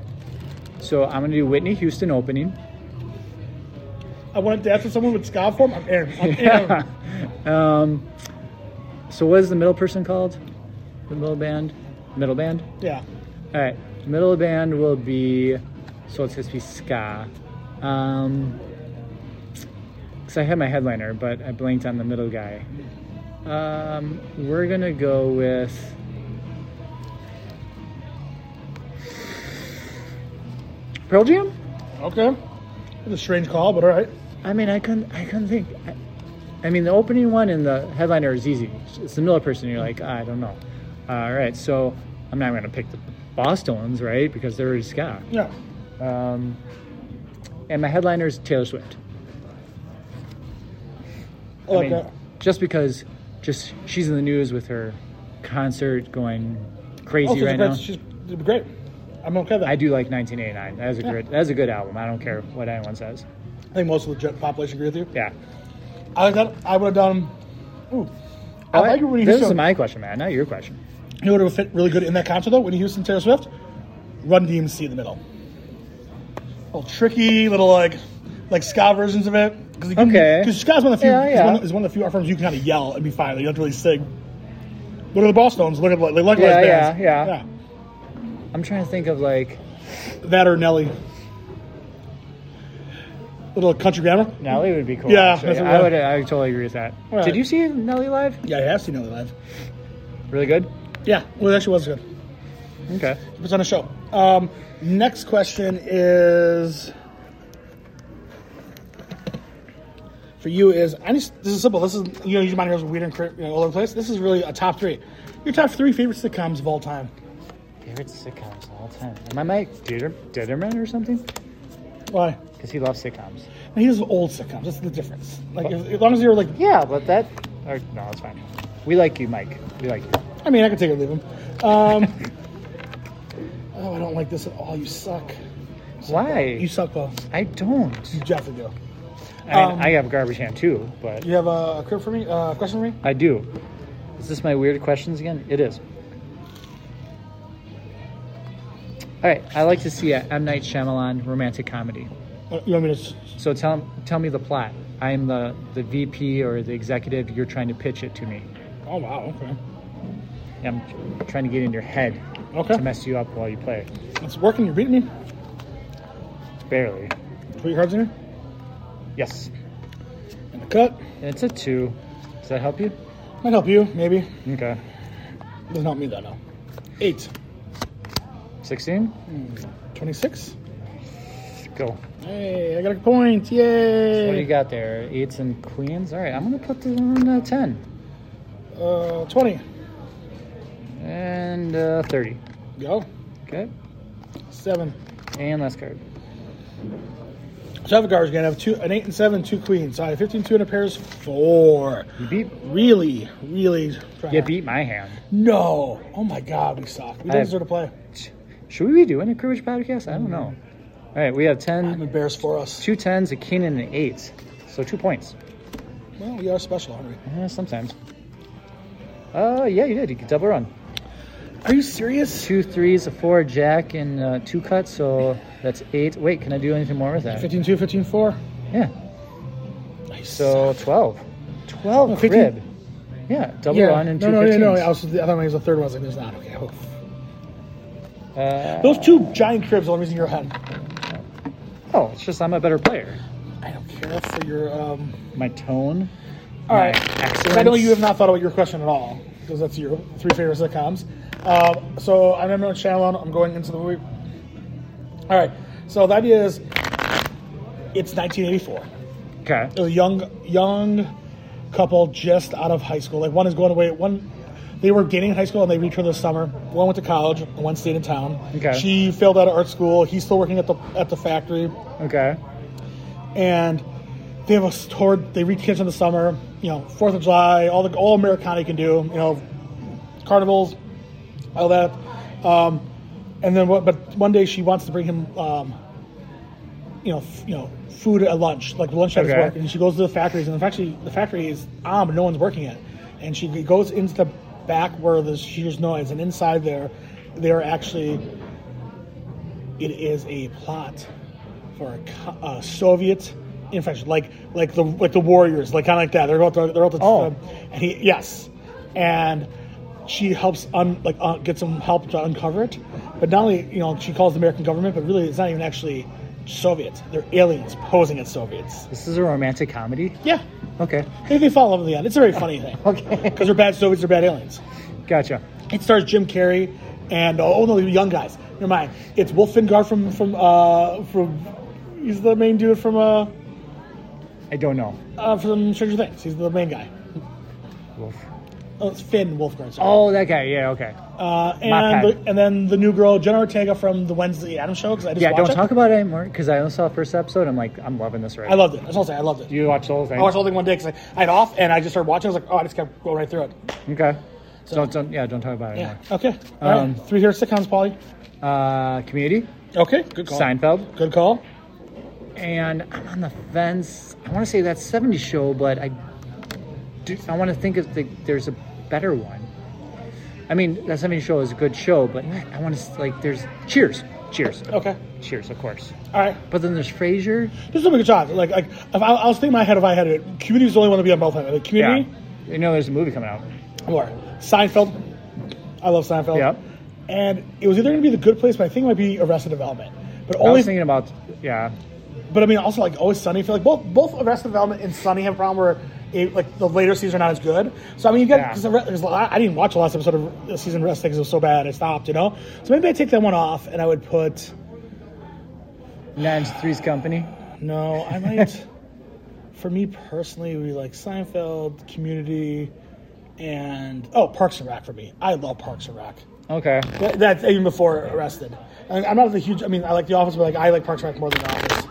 Speaker 1: So I'm going to do Whitney Houston opening.
Speaker 3: I want to dance with someone with ska form. I'm Aaron. I'm Aaron.
Speaker 1: um so what is the middle person called? The middle band? Middle band?
Speaker 3: yeah.
Speaker 1: All right, middle band will be so it's supposed to be ska. Um, because I had my headliner, but I blanked on the middle guy. Um, we're gonna go with. Pearl Jam?
Speaker 3: Okay. It's a strange call, but all right.
Speaker 1: I mean, I couldn't. I couldn't think. I, I mean, the opening one and the headliner is easy. It's the middle person. You're like, "Ah, I don't know. All right, so I'm not gonna pick the Boston ones, right? Because they're already ska.
Speaker 3: Yeah.
Speaker 1: Um, and my headliner is Taylor Swift.
Speaker 3: I like
Speaker 1: I mean,
Speaker 3: that.
Speaker 1: just because, just she's in the news with her concert going
Speaker 3: Oh,
Speaker 1: crazy
Speaker 3: she's
Speaker 1: right
Speaker 3: great.
Speaker 1: now.
Speaker 3: She's she's great. I'm okay with that.
Speaker 1: I do like 1989. That's a good. That's a good album. I don't care what anyone says.
Speaker 3: I think most of the gen- population agree with you.
Speaker 1: Yeah.
Speaker 3: I like that. I would have done. Ooh, I like it when
Speaker 1: this
Speaker 3: Houston.
Speaker 1: is my question, man, not your question.
Speaker 3: You know what would fit really good in that concert though? Whitney Houston, Taylor Swift, Run DMC in the middle. Little tricky, little like, like ska versions of it. Cause you can-
Speaker 1: Okay.
Speaker 3: Cause ska's one of the few.
Speaker 1: Yeah,
Speaker 3: is
Speaker 1: yeah.
Speaker 3: one, is one of the few art forms you can kind of yell and be fine. Like, you don't have to really sing. Look at the Boston's. Look at like, they look
Speaker 1: Yeah,
Speaker 3: like bands.
Speaker 1: yeah, yeah. I'm trying to think of like
Speaker 3: That or Nelly. Little country grammar.
Speaker 1: Nelly would be cool.
Speaker 3: Yeah,
Speaker 1: actually.
Speaker 3: that's what
Speaker 1: I
Speaker 3: I-
Speaker 1: would. I would totally agree with that.
Speaker 3: Right.
Speaker 1: Did you see Nelly live?
Speaker 3: Yeah, I have seen Nelly live.
Speaker 1: Really good.
Speaker 3: Yeah, well, it actually was good.
Speaker 1: Okay.
Speaker 3: It was on a show. Um, next question is for you is I just this is simple. This is you know you mind heroes are weird and cra- you know, all over the place. This is really a top three. Your top three favorite sitcoms of all time.
Speaker 1: Favorite sitcoms of all time. Am I Mike Ditter- Ditterman or something?
Speaker 3: Why?
Speaker 1: Because he loves sitcoms.
Speaker 3: And he does old sitcoms. That's the difference. Like if, as long as you're like
Speaker 1: Yeah, but that. Or, no, it's fine. We like you, Mike. We like you.
Speaker 3: I mean, I can take or leave him. Um, oh, I don't like this at all. You suck. You
Speaker 1: Why?
Speaker 3: suck, Paul.
Speaker 1: I don't.
Speaker 3: You definitely do.
Speaker 1: I mean,
Speaker 3: Um,
Speaker 1: I have garbage hand too, but
Speaker 3: You have a crib for me? Uh, question for me?
Speaker 1: I do. Is this my weird questions again? It is. All right. I like to see a M Night Shyamalan romantic comedy.
Speaker 3: Uh, You want me to? s-
Speaker 1: So tell tell me the plot. I am the the VP or the executive. You're trying to pitch it to me.
Speaker 3: Oh wow. Okay.
Speaker 1: I'm trying to get in your head
Speaker 3: Okay.
Speaker 1: to mess you up while you play.
Speaker 3: It's working. You're beating me.
Speaker 1: Barely.
Speaker 3: Put your cards in here.
Speaker 1: Yes.
Speaker 3: And a cut.
Speaker 1: And it's a two. Does that help you?
Speaker 3: Might help you, maybe.
Speaker 1: Okay.
Speaker 3: Doesn't help me though. No. Eight.
Speaker 1: Sixteen.
Speaker 3: Twenty-six.
Speaker 1: Go.
Speaker 3: Hey, I got a point. Yay.
Speaker 1: What do you got there? Eights and queens. All right. I'm gonna put this on uh, ten
Speaker 3: Uh, twenty.
Speaker 1: and uh, thirty.
Speaker 3: Go.
Speaker 1: Okay.
Speaker 3: Seven.
Speaker 1: And last card.
Speaker 3: So I have a garbage can. I have two, an eight and seven, two queens. So I have 15, two and a pairs, four.
Speaker 1: You beat.
Speaker 3: Really, really. trying
Speaker 1: You
Speaker 3: hard.
Speaker 1: beat my hand.
Speaker 3: No. Oh my God, we suck. We
Speaker 1: I-
Speaker 3: don't deserve to play.
Speaker 1: Should we be doing a Courage podcast? I don't know. All right. We have
Speaker 3: I'm
Speaker 1: ten,
Speaker 3: embarrassed for us.
Speaker 1: two tens, a king, and an eight. So two points.
Speaker 3: Well, we are special, aren't we?
Speaker 1: Uh, sometimes. Uh, yeah, you did. You could double run.
Speaker 3: Are you serious?
Speaker 1: Two threes, a four, a jack, and uh, two cuts. So that's eight. Wait, can I do anything more with that?
Speaker 3: 15 2, 15 4.
Speaker 1: Yeah. So twelve. Twelve
Speaker 3: No, 15.
Speaker 1: crib. Yeah, double
Speaker 3: yeah.
Speaker 1: run and two
Speaker 3: no, no, no, no, I,
Speaker 1: fifteens.
Speaker 3: was, I thought maybe it was the third one. I was like, there's not. Okay. oh.
Speaker 1: Uh,
Speaker 3: Those two giant cribs are the only reason you're ahead.
Speaker 1: oh, it's just I'm a better player.
Speaker 3: I don't care for your. Um...
Speaker 1: My tone.
Speaker 3: All right.
Speaker 1: Excellent.
Speaker 3: I know you have not thought about your question at all, because that's your three favorite sitcoms. Um, so I'm M. Night Shyamalan. I'm going into the movie. All right. So the idea is, it's 1984.
Speaker 1: Okay.
Speaker 3: a young young couple just out of high school. Like one is going away. One they were getting in high school and they returned this summer. One went to college. and One stayed in town.
Speaker 1: Okay.
Speaker 3: She failed out of art school. He's still working at the at the factory,
Speaker 1: Okay.
Speaker 3: and they have a s- tour. They read kids in the summer. You know, Fourth of July, all the all Americana can do. You know, carnivals, all that. Um, and then, what, but one day she wants to bring him, um, you know, f- you know, food at lunch, like lunchtime is
Speaker 1: Okay.
Speaker 3: work. And she goes to the factories, and the factory, the factory is on, but no one's working it. And she goes into the back where the, she hears noise, and inside there, they are actually, it is a plot for a, co- a Soviet infection, like like the like the warriors, like kind of like that. They're out to, they're out to,
Speaker 1: Oh.
Speaker 3: and he yes, and she helps un, like uh, get some help to uncover it. But not only you know she calls the American government, but really it's not even actually Soviets. They're aliens posing as Soviets.
Speaker 1: This is a romantic comedy.
Speaker 3: Yeah,
Speaker 1: Okay.
Speaker 3: they, they fall in love in the end. It's a very funny thing.
Speaker 1: Okay.
Speaker 3: because they're bad Soviets, they're bad aliens.
Speaker 1: Gotcha.
Speaker 3: It stars Jim Carrey and oh no, the young guys. Never mind. It's Wolfengard from from uh from. He's the main dude from uh,
Speaker 1: I don't know.
Speaker 3: uh from Stranger Things. He's the main guy.
Speaker 1: Wolf.
Speaker 3: Oh, it's Finn Wolfgard. sorry.
Speaker 1: Oh, that guy. Yeah. Okay.
Speaker 3: Uh,
Speaker 1: Oh, My
Speaker 3: and
Speaker 1: bad.
Speaker 3: the, and then the new girl Jenna Ortega from the Wednesday Adam Show because I just
Speaker 1: Yeah.
Speaker 3: watched
Speaker 1: Don't
Speaker 3: it.
Speaker 1: talk about it anymore because I only saw the first episode. I'm like, I'm loving this right.
Speaker 3: I loved it. That's all I'll say. I loved it.
Speaker 1: Do you watch the whole thing?
Speaker 3: I watched the whole thing one day because I, I had off and I just started watching. I was like, oh, I just kept going right through it.
Speaker 1: Okay. So don't, don't yeah, don't talk about it
Speaker 3: Yeah.
Speaker 1: anymore.
Speaker 3: Okay. All right.
Speaker 1: Um,
Speaker 3: Three here sitcoms, Polly.
Speaker 1: Uh, Community,
Speaker 3: Okay. Good call.
Speaker 1: Seinfeld,
Speaker 3: Good call.
Speaker 1: and I'm on the fence. I want to say that '70s show, but I do. I want to think if the, there's a better one. I mean, that '70s show is a good show, but I want to like there's Cheers, Cheers,
Speaker 3: Okay.
Speaker 1: Cheers, of course.
Speaker 3: All right.
Speaker 1: But then there's Frasier.
Speaker 3: This is a good job. Like, like if I, I was thinking in my head if I had it. Community was the only one to be on both ends. Like, community
Speaker 1: You know, there's a movie coming out.
Speaker 3: or Seinfeld. I love Seinfeld.
Speaker 1: Yep.
Speaker 3: and it was either going to be the good place, but I think it might be Arrested Development. But
Speaker 1: I
Speaker 3: only,
Speaker 1: was thinking about yeah.
Speaker 3: but I mean, also like Always Sunny. I feel like both both Arrested Development and Sunny have a problem where it, like the later seasons are not as good. So I mean, you
Speaker 1: Yeah.
Speaker 3: got because I I didn't watch the last episode of the season Arrested because it was so bad I stopped. You know, so maybe I take that one off and I would put
Speaker 1: Nine's Three's Company.
Speaker 3: no, I might. for me personally, it would be like Seinfeld, Community, and oh, Parks and Rec for me. I love Parks and Rec.
Speaker 1: Okay.
Speaker 3: That, that's even before Arrested. And I'm not a huge. I mean, I like The Office, but like I like Parks and Rec more than The Office.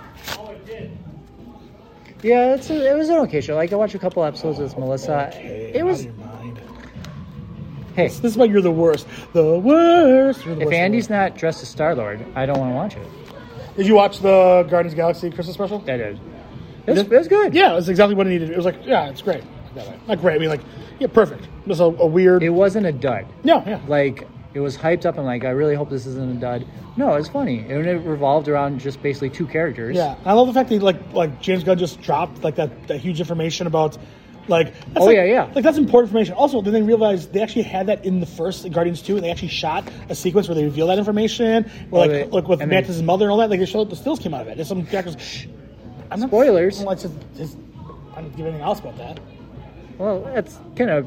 Speaker 1: Yeah, it's a, it was an okay show. Like I watched a couple episodes with Melissa.
Speaker 3: Okay,
Speaker 1: It
Speaker 3: out
Speaker 1: was
Speaker 3: of your mind.
Speaker 1: hey.
Speaker 3: This is why you're the worst. The worst. You're the
Speaker 1: If
Speaker 3: worst,
Speaker 1: Andy's
Speaker 3: the
Speaker 1: not dressed as Star Lord, I don't want to watch it.
Speaker 3: worst. did you watch the Guardians of the Galaxy Christmas special?
Speaker 1: That is. It was, it was good.
Speaker 3: Yeah, it was exactly what it needed. It was like, yeah, it's great. That way. Not great. I mean, like, yeah, perfect. Just a, a weird.
Speaker 1: It wasn't a dud.
Speaker 3: no, yeah.
Speaker 1: Like it was hyped up. I'm like, I really hope this isn't a dud. No, it was funny, and it revolved around just basically two characters.
Speaker 3: Yeah, and I love the fact that like like James Gunn just dropped like that, that huge information about like that's
Speaker 1: Oh,
Speaker 3: like-
Speaker 1: yeah, yeah.
Speaker 3: like that's important information. Also, then they realized they actually had that in the first Guardians two, and they actually shot a sequence where they reveal that information. Where, like
Speaker 1: Oh, they-
Speaker 3: like with
Speaker 1: and they-
Speaker 3: Mantis' mother and all that, like they showed the stills came out of it. There's some characters. Shh, I'm not,
Speaker 1: Spoilers.
Speaker 3: I don't, like to- just- I don't give anything else about that.
Speaker 1: Well, that's kind of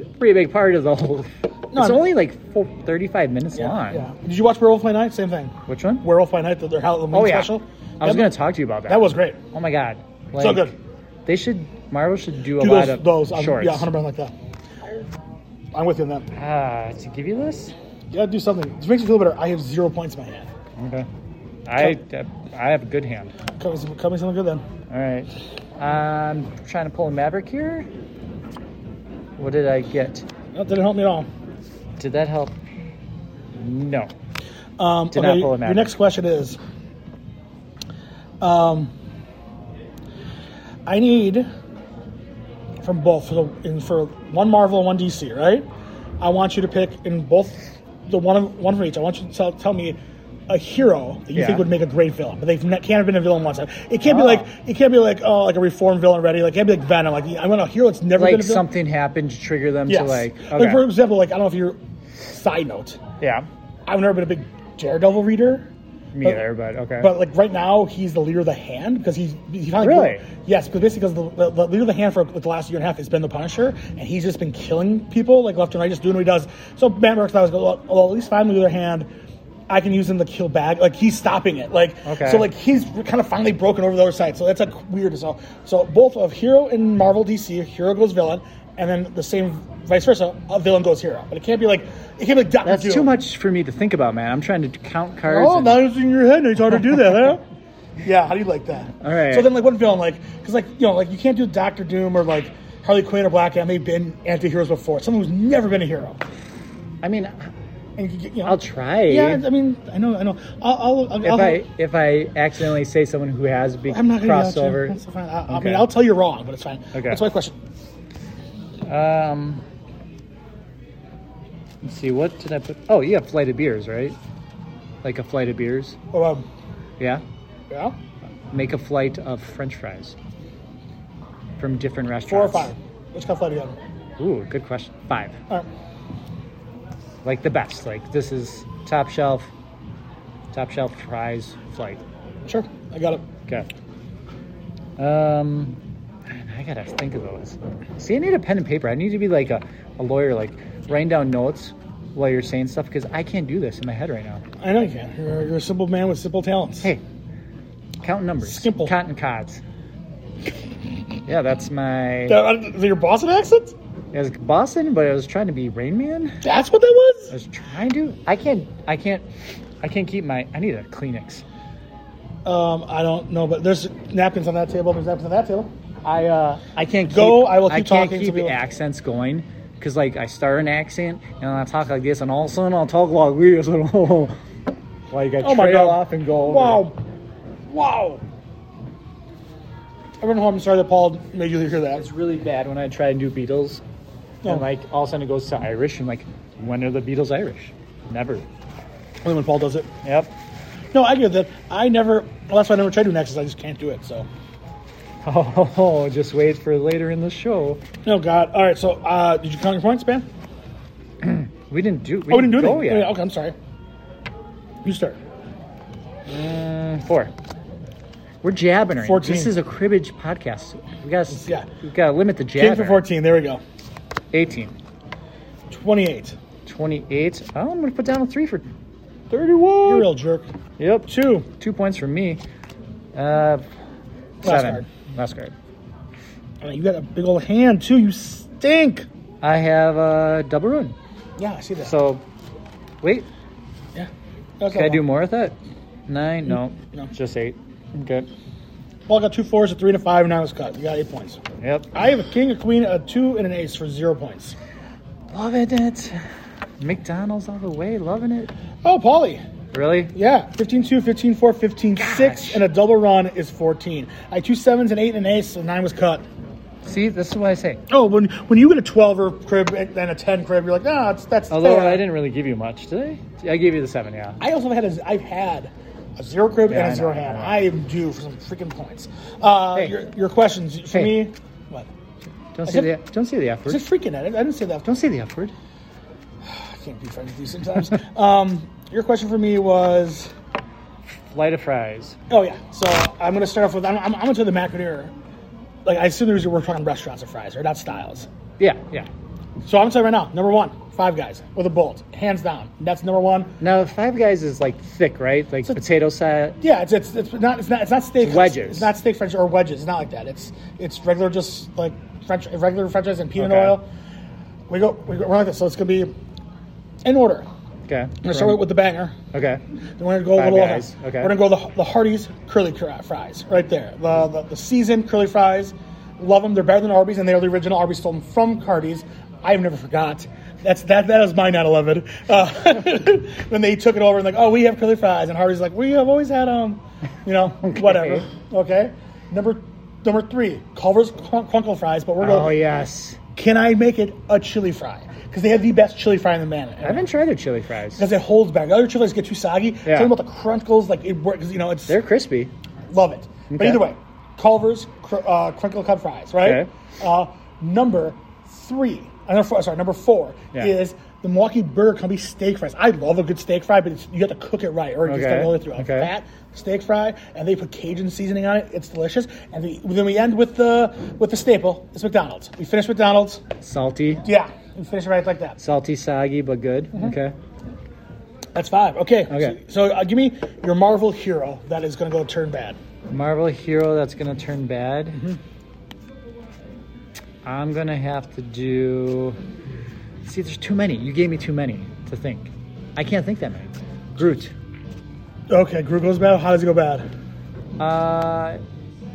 Speaker 1: a pretty big part of the whole.
Speaker 3: No,
Speaker 1: it's
Speaker 3: I'm-
Speaker 1: only like four, 35 minutes long.
Speaker 3: yeah. Did you watch Werewolf by Night? Same thing.
Speaker 1: Which one?
Speaker 3: Werewolf by Night, the, their Halloween
Speaker 1: oh yeah.
Speaker 3: special.
Speaker 1: I was
Speaker 3: That-
Speaker 1: going to talk to you about that.
Speaker 3: That was great.
Speaker 1: Oh my god. Like,
Speaker 3: So good.
Speaker 1: They should. Marvel should do a
Speaker 3: Do
Speaker 1: lot
Speaker 3: those,
Speaker 1: of
Speaker 3: those I'm-
Speaker 1: shorts.
Speaker 3: yeah, hundred percent like that. I'm with you on that.
Speaker 1: Ah, to give you this.
Speaker 3: You gotta do something. This makes me feel better. I have zero points in my hand.
Speaker 1: Okay. I I have a good hand.
Speaker 3: Cut me, some- cut me something good then.
Speaker 1: All right. I'm trying to pull a Maverick here. What did I get?
Speaker 3: That didn't help me at all.
Speaker 1: Did that help? No.
Speaker 3: Um,
Speaker 1: Did not pull a
Speaker 3: your
Speaker 1: Maverick.
Speaker 3: next question is um, I need from both for, the, in, for one Marvel and one DC, right? I want you to pick in both the one of, one from each. I want you to tell, tell me a hero that you
Speaker 1: Yeah.
Speaker 3: think would make a great villain, but they can't have been a villain once. It can't be
Speaker 1: Oh.
Speaker 3: like it can't be like oh like a reformed villain already. Like it can't be like Venom. Like I want a hero that's never been
Speaker 1: Like
Speaker 3: a villain.
Speaker 1: something happened to trigger them
Speaker 3: Yes.
Speaker 1: to like. Okay.
Speaker 3: for example, like I don't know if you're. Side note:
Speaker 1: yeah.
Speaker 3: I've never been a big Daredevil reader,
Speaker 1: Me
Speaker 3: But-
Speaker 1: either, but okay.
Speaker 3: but like right now he's the leader of the hand because he's he finally
Speaker 1: Really?
Speaker 3: yes, because basically because the, the, the leader of the hand for like, the last year and a half has been the Punisher, and he's just been killing people like left and right, just doing what he does. So Matt Murdock's always go, well, well, at least finally leader of the hand. I can use him to kill bag. Like he's stopping it. Like
Speaker 1: Okay.
Speaker 3: so, like he's kind of finally broken over the other side. So that's like weird as hell. So both of hero and Marvel DC, hero goes villain, and then the same vice versa, a villain goes hero. But it can't be like it can't be like Doctor
Speaker 1: That's
Speaker 3: Doom.
Speaker 1: too much for me to think about, man. I'm trying to count cards.
Speaker 3: Oh,
Speaker 1: and-
Speaker 3: now it's in your head, and it's hard to do that, huh? yeah, how do you like that?
Speaker 1: All right.
Speaker 3: So then, like, what villain, like, because, like, you know, like, you can't do Doctor Doom or, like, Harley Quinn or Black Adam. They've been anti heroes before. Someone who's never been a hero.
Speaker 1: I mean,
Speaker 3: And, you, you know,
Speaker 1: I'll try.
Speaker 3: Yeah, I mean, I know, I know. I'll, I'll, I'll,
Speaker 1: If
Speaker 3: I'll
Speaker 1: I if I accidentally say someone who has big
Speaker 3: Uh-huh. I'm not going to
Speaker 1: crossover,
Speaker 3: That's fine. I, I
Speaker 1: Okay.
Speaker 3: mean, I'll tell you wrong, but it's fine.
Speaker 1: Okay.
Speaker 3: That's my question.
Speaker 1: Um, let's see, what did I put? Oh, yeah, flight of beers, right? Like a flight of beers.
Speaker 3: Oh, um,
Speaker 1: Yeah.
Speaker 3: yeah?
Speaker 1: Make a flight of French fries from different
Speaker 3: Four or
Speaker 1: restaurants.
Speaker 3: five? Which cup flight do you have?
Speaker 1: Ooh, good question. Five.
Speaker 3: All right.
Speaker 1: Like the best. Like this is top shelf, top shelf fries flight.
Speaker 3: Sure. I got it.
Speaker 1: Okay. Um, man, I gotta think of those. See, I need a pen and paper. I need to be like a, a lawyer, like writing down notes while you're saying stuff because I can't do this in my head right now.
Speaker 3: I know you can. You're, you're a simple man with simple talents.
Speaker 1: Hey, count numbers.
Speaker 3: Skimple.
Speaker 1: Cotton cods. yeah, that's my. It
Speaker 3: That- is that your Boston accent?
Speaker 1: was Boston, but I was trying to be Rain Man.
Speaker 3: That's what that was?
Speaker 1: I was trying to. I can't. I can't. I can't keep my. I need a Kleenex.
Speaker 3: Um, I don't know, but there's napkins on that table. There's napkins on that table.
Speaker 1: I. uh I can't
Speaker 3: Go,
Speaker 1: Keep,
Speaker 3: I will keep
Speaker 1: can't
Speaker 3: talking to
Speaker 1: keep
Speaker 3: people.
Speaker 1: accents going because like I start an accent and I talk like this, and all of a sudden I'll talk like this, and like I trail off and go. over.
Speaker 3: Oh Wow, wow. Everyone home, I'm sorry that Paul made you hear that.
Speaker 1: It's really bad when I try and do Beatles,
Speaker 3: No.
Speaker 1: and like all of a sudden it goes to Irish, and like, when are the Beatles Irish? Never.
Speaker 3: Only when Paul does it.
Speaker 1: Yep.
Speaker 3: No, I get that. I never. Well, that's why I never try to do next. Is I just can't do it. So.
Speaker 1: Oh, just wait for later in the show.
Speaker 3: Oh God. All right. So, uh, did you count your points, man?
Speaker 1: We didn't do. We
Speaker 3: Oh, we didn't do
Speaker 1: go
Speaker 3: anything.
Speaker 1: yet.
Speaker 3: Yeah, Okay, I'm sorry. You start.
Speaker 1: Mm, four. We're jabbing. right now.
Speaker 3: 14.
Speaker 1: This is a cribbage podcast. We got to
Speaker 3: Yeah.
Speaker 1: we got to limit the jab.
Speaker 3: King for 14. There we go.
Speaker 1: 18.
Speaker 3: 28.
Speaker 1: 28. Oh, I'm going to put down a 3 for
Speaker 3: You're a
Speaker 1: 31.
Speaker 3: real jerk.
Speaker 1: Yep.
Speaker 3: Two.
Speaker 1: 2 points for me. Uh 7.
Speaker 3: card.
Speaker 1: Last card.
Speaker 3: Uh, you got a big old hand, too. You stink.
Speaker 1: I have a double rune.
Speaker 3: Yeah, I see that.
Speaker 1: So wait,
Speaker 3: yeah. That's
Speaker 1: can
Speaker 3: all
Speaker 1: I do
Speaker 3: wrong.
Speaker 1: more with that? 9. No.
Speaker 3: Mm, No.
Speaker 1: Just 8. Okay.
Speaker 3: Well, I got two fours, a three, and a five, and I was cut. You got eight points.
Speaker 1: Yep.
Speaker 3: I have a king, a queen, a two, and an ace for zero points.
Speaker 1: Loving it. McDonald's all the way, loving it.
Speaker 3: Oh, Paulie.
Speaker 1: Really?
Speaker 3: Yeah, 15 2, 15 4, 15 6,
Speaker 1: Gosh.
Speaker 3: and a double run is 14. I had two sevens, an eight, and an ace, so nine was cut.
Speaker 1: See, this is what I say.
Speaker 3: Oh, when when you get a 12 or crib and then a 10 crib, you're like, ah, that's that's
Speaker 1: Although
Speaker 3: fair."
Speaker 1: I didn't really give you much, did I? I gave you the 7, yeah.
Speaker 3: I also had a, I've had a zero crib
Speaker 1: Yeah, I
Speaker 3: and
Speaker 1: know,
Speaker 3: a zero
Speaker 1: I know,
Speaker 3: hand.
Speaker 1: I know.
Speaker 3: I am due for some freaking points. Uh,
Speaker 1: Hey.
Speaker 3: your, your questions for
Speaker 1: Hey.
Speaker 3: me? What?
Speaker 1: Don't
Speaker 3: I
Speaker 1: say the
Speaker 3: said-
Speaker 1: don't say the F
Speaker 3: Is
Speaker 1: word.
Speaker 3: it freaking at it? I didn't say that.
Speaker 1: Don't say the F word.
Speaker 3: I can't be friends with you sometimes. um, your question for me was.
Speaker 1: Flight of fries.
Speaker 3: Oh yeah. So I'm gonna start off with I'm, I'm, I'm gonna tell the macaroni. Like I assume there's we're talking restaurants of fries, right? Not styles.
Speaker 1: Yeah, yeah.
Speaker 3: So I'm gonna tell you right now. Number one, Five Guys with a bolt, hands down. That's number one.
Speaker 1: Now, Five Guys is like thick, right? Like
Speaker 3: So-
Speaker 1: potato salad.
Speaker 3: Yeah, it's it's, it's not it's not it's not steak
Speaker 1: Wedges.
Speaker 3: It's not steak French or wedges. It's not like that. It's it's regular just like French regular French fries and peanut
Speaker 1: Okay.
Speaker 3: oil. We go we go we're like this. So it's gonna be in order.
Speaker 1: Okay.
Speaker 3: I'm gonna start with the banger.
Speaker 1: Okay.
Speaker 3: Then we're gonna go
Speaker 1: Five
Speaker 3: a little
Speaker 1: Guys,
Speaker 3: ahead.
Speaker 1: okay.
Speaker 3: We're gonna go the the Hardee's curly cur- uh, fries right there. The, the the seasoned curly fries, love them. They're better than Arby's, and they are the original Arby's stolen from Hardee's. I've never forgot. That's that that is my 9/11. Uh, when they took it over and like, oh, we have curly fries, and Hardee's like, we have always had them. You know, whatever. Okay. Number number three, Culver's crunk- Crunkle fries, but we're going.
Speaker 1: Oh yes.
Speaker 3: Can I make it a chili fry? Because they have the best chili fry in the man.
Speaker 1: I haven't tried their chili fries.
Speaker 3: Because it holds back. The other chilis get too soggy.
Speaker 1: Yeah.
Speaker 3: Something about the crunkles, like it works. You know, it's
Speaker 1: They're crispy.
Speaker 3: love it. But
Speaker 1: Okay.
Speaker 3: either way, Culver's cr- uh, crinkle cut fries, right?
Speaker 1: Okay.
Speaker 3: Uh, number three, uh, number four, sorry, number four
Speaker 1: Yeah.
Speaker 3: is the Milwaukee Burger Company steak fries. I love a good steak fry, but it's, you have to cook it right, or it just
Speaker 1: Okay.
Speaker 3: doesn't roll it through. A
Speaker 1: Okay.
Speaker 3: fat steak fry, and they put Cajun seasoning on it. It's delicious. And the, then we end with the with the staple. It's McDonald's. We finish McDonald's.
Speaker 1: Salty.
Speaker 3: Yeah, we finish it right like that.
Speaker 1: Salty, soggy, but good. Okay.
Speaker 3: That's five. Okay.
Speaker 1: Okay.
Speaker 3: So, so, uh, give me your Marvel hero that is going to go turn bad.
Speaker 1: Marvel hero that's gonna turn bad.
Speaker 3: Mm-hmm.
Speaker 1: I'm gonna have to do. See, there's too many. You gave me too many to think. I can't think that many. Groot.
Speaker 3: Okay, Groot goes bad. How does he go bad?
Speaker 1: Uh,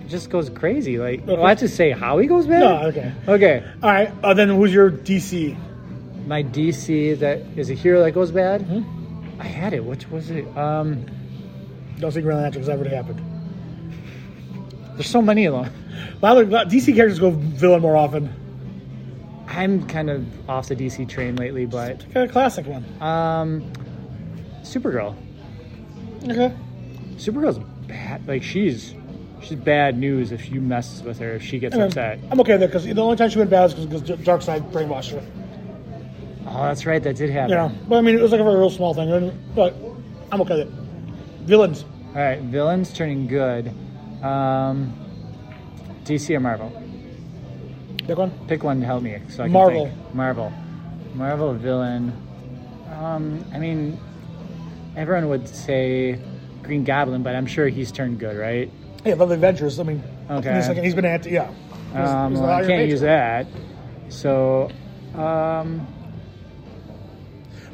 Speaker 1: just goes crazy. Like, oh, I have to say how he goes bad.
Speaker 3: No, okay.
Speaker 1: Okay.
Speaker 3: All right. Uh, then who's your DC?
Speaker 1: my DC that is a hero that goes bad.
Speaker 3: Mm-hmm.
Speaker 1: I had it. What was it? Um,
Speaker 3: Don't think Green Lantern because that already happened.
Speaker 1: there's so many of them.
Speaker 3: A lot of a lot- DC characters go villain more often.
Speaker 1: I'm kind of off the DC train lately, but
Speaker 3: Kind of classic one.
Speaker 1: um, Supergirl.
Speaker 3: Okay.
Speaker 1: Supergirl's bad. Like she's she's bad news if you mess with her. If she gets upset.
Speaker 3: I'm okay there because the only time she went bad is because Darkseid brainwashed her.
Speaker 1: Oh, that's right. That did happen.
Speaker 3: Yeah. But I mean, it was like a very real small thing. and- But I'm okay with it. Villains.
Speaker 1: All right. Villains turning good. Um, DC or Marvel?
Speaker 3: Big one.
Speaker 1: Pick one to help me. So I can
Speaker 3: Marvel.
Speaker 1: think. Marvel. Marvel villain. Um, I mean, everyone would say Green Goblin, but I'm sure he's turned good, right?
Speaker 3: Hey, I love the Avengers. I mean,
Speaker 1: Okay.
Speaker 3: he's, like, he's been anti. Yeah. He's-
Speaker 1: Um,
Speaker 3: he's
Speaker 1: well,
Speaker 3: an
Speaker 1: I
Speaker 3: Iron
Speaker 1: can't
Speaker 3: Major.
Speaker 1: use that. So, um,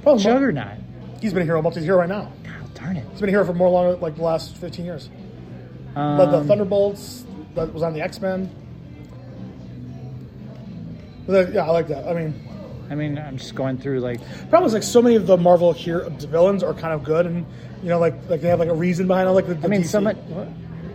Speaker 3: Well,
Speaker 1: Juggernaut.
Speaker 3: He's been a hero. Multi's a hero right now.
Speaker 1: Oh, darn it.
Speaker 3: He's been here for more longer, like the last 15 years.
Speaker 1: Um,
Speaker 3: But the Thunderbolts that was on the X Men. Yeah, I like that. I mean,
Speaker 1: I mean, I'm just going through like,
Speaker 3: problem is like so many of the Marvel here villains are kind of good, and you know, like like they have like a reason behind it. Like the, the
Speaker 1: I mean,
Speaker 3: DC.
Speaker 1: so much. What?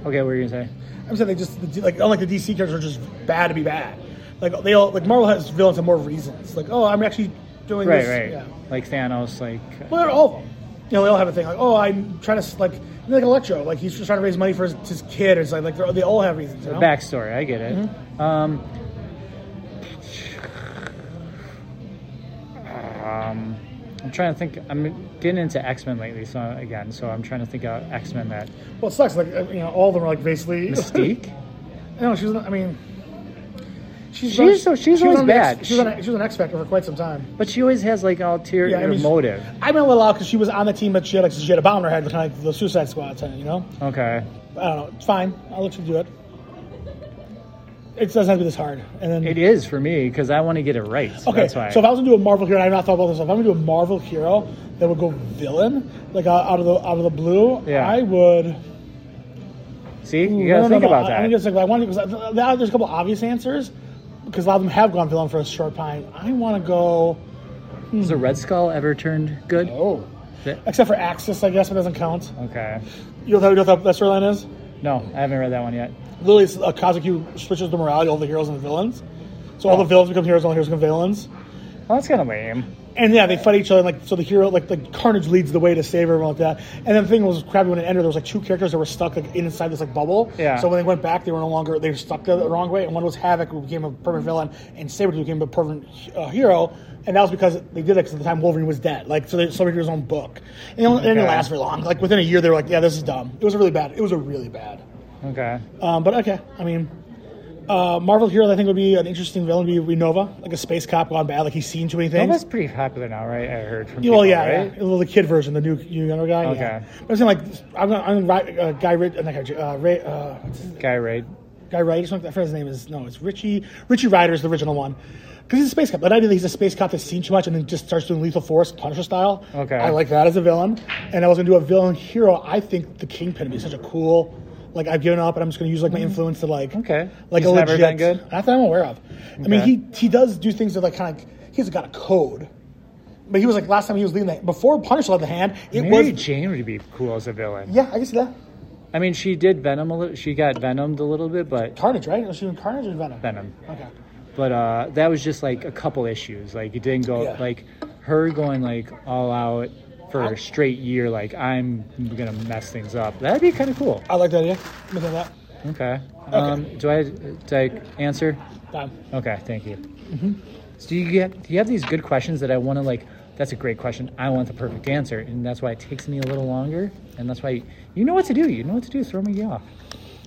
Speaker 1: Okay, what were you going to say?
Speaker 3: I'm saying they just the, D- like unlike the DC characters are just bad to be bad. Like they all like Marvel has villains have more reasons. Like oh, I'm actually doing
Speaker 1: Right,
Speaker 3: this.
Speaker 1: right.
Speaker 3: Yeah.
Speaker 1: Like Thanos, like,
Speaker 3: Well, they're all of them. You know, they all have a thing like, oh, I'm trying to like like Electro, like he's just trying to raise money for his, his kid. It's like like they're- they all have reasons. You know?
Speaker 1: backstory. I get it.
Speaker 3: Mm-hmm.
Speaker 1: Um, um, I'm trying to think. I'm getting into X Men lately, so again, so I'm trying to think out X Men that
Speaker 3: Well, it sucks. Like uh, you know, all of them are like basically.
Speaker 1: Mystique.
Speaker 3: no, she's. I mean, she's
Speaker 1: She's so- she's
Speaker 3: she was
Speaker 1: always
Speaker 3: on the X-
Speaker 1: bad.
Speaker 3: she was on, she was an X Factor for quite some time.
Speaker 1: But she always has like ulterior
Speaker 3: Yeah, I mean, she-
Speaker 1: motive.
Speaker 3: I mean, a little out because she was on the team, but she had like she had a bomb in her head, kind of like the Suicide Squad, kind of, you know.
Speaker 1: Okay.
Speaker 3: I don't know. It's fine. I'll let you do it. It doesn't have to be this hard. And then
Speaker 1: It is for me because I want to get it right. So
Speaker 3: okay.
Speaker 1: That's why.
Speaker 3: So if I was gonna do a Marvel hero, and I've not thought about this. If I'm gonna do a Marvel hero that would go villain, like uh, out of the out of the blue,
Speaker 1: Yeah.
Speaker 3: I would.
Speaker 1: See,
Speaker 3: Ooh,
Speaker 1: you gotta
Speaker 3: Mm, no, no,
Speaker 1: think
Speaker 3: no,
Speaker 1: about
Speaker 3: I-
Speaker 1: that.
Speaker 3: I'm just like, I want to because there's a couple obvious answers because a lot of them have gone villain for a short time. I want to go.
Speaker 1: Has a Red Skull ever turned good?
Speaker 3: Oh.
Speaker 1: Th-
Speaker 3: Except for Axis, I guess, but it doesn't count.
Speaker 1: Okay.
Speaker 3: You know what that that storyline is?
Speaker 1: No, I haven't read that one yet.
Speaker 3: Literally, it's, uh, Kazuki switches the morality, all the heroes and the villains. So all
Speaker 1: Oh.
Speaker 3: the villains become heroes, all the heroes become villains.
Speaker 1: Well, Oh, that's kind of lame.
Speaker 3: And yeah, they fight each other. Like so, the hero, like like Carnage, leads the way to save everyone like that. And then the thing was crappy when it ended. There was like two characters that were stuck like inside this like bubble.
Speaker 1: Yeah.
Speaker 3: So when they went back, they were no longer they were stuck the the wrong way. And one was Havoc, who became a
Speaker 1: Mm-hmm.
Speaker 3: permanent villain, and Sabretooth became a permanent uh, hero. And that was because they did it because at the time Wolverine was dead. Like so, they somebody did his own book. And it, only- it didn't
Speaker 1: Okay.
Speaker 3: last very long. Like within a year, they were like, yeah, this is dumb. It was a really bad. It was a really bad.
Speaker 1: Okay.
Speaker 3: Um, but okay, I mean, uh, Marvel hero I think would be an interesting villain would be Nova, like a space cop gone bad. Like he's seen too many things.
Speaker 1: Nova's pretty popular now, right? I heard from
Speaker 3: Yeah,
Speaker 1: people,
Speaker 3: Well, yeah,
Speaker 1: right?
Speaker 3: yeah. Well, the kid version, the new you younger guy. yeah.
Speaker 1: Okay.
Speaker 3: But I'm saying like I'm gonna, I'm gonna, ri- uh, Guy Rid, uh, not Guy Rid- uh, Ray, uh, what's his-
Speaker 1: Guy Raid.
Speaker 3: Guy Wright or something. I forget his name is. No, it's Richie. Richie Ryder is the original one. Because he's a space cop. That idea that he's a space cop that's seen too much and then just starts doing lethal force, Punisher style.
Speaker 1: Okay.
Speaker 3: I like that as a villain. And I was going to do a villain hero. I think the Kingpin would be such a cool, like, I've given up and I'm just going to use, like, my influence to, like,
Speaker 1: Mm-hmm. Okay.
Speaker 3: like
Speaker 1: He's
Speaker 3: a
Speaker 1: never been
Speaker 3: legit,
Speaker 1: good?
Speaker 3: Not that I'm aware of. I mean,
Speaker 1: Okay.
Speaker 3: he, he does do things that, like, kind of, he's got a code. But he was, like, last time he was leading that, before Punisher had the hand, it
Speaker 1: Mary
Speaker 3: was.
Speaker 1: Jane would be cool as a villain.
Speaker 3: Yeah, I can see that.
Speaker 1: I mean, she did Venom a little. She got Venomed a little bit, but
Speaker 3: Carnage, right? Was she in Carnage or Venom?
Speaker 1: Venom.
Speaker 3: Okay.
Speaker 1: But uh, that was just like a couple issues. Like it didn't go
Speaker 3: Yeah.
Speaker 1: like her going like all out for a straight year. Like I'm gonna mess things up. That'd be kind of cool.
Speaker 3: I like that idea. I'm into that.
Speaker 1: Okay. Um, do I do I answer?
Speaker 3: Done.
Speaker 1: Okay, thank you. So do you get do you have these good questions that I want to like? That's a great question. I want the perfect answer, and that's why it takes me a little longer. And that's why you know what to do. You know what to do. Throw me off.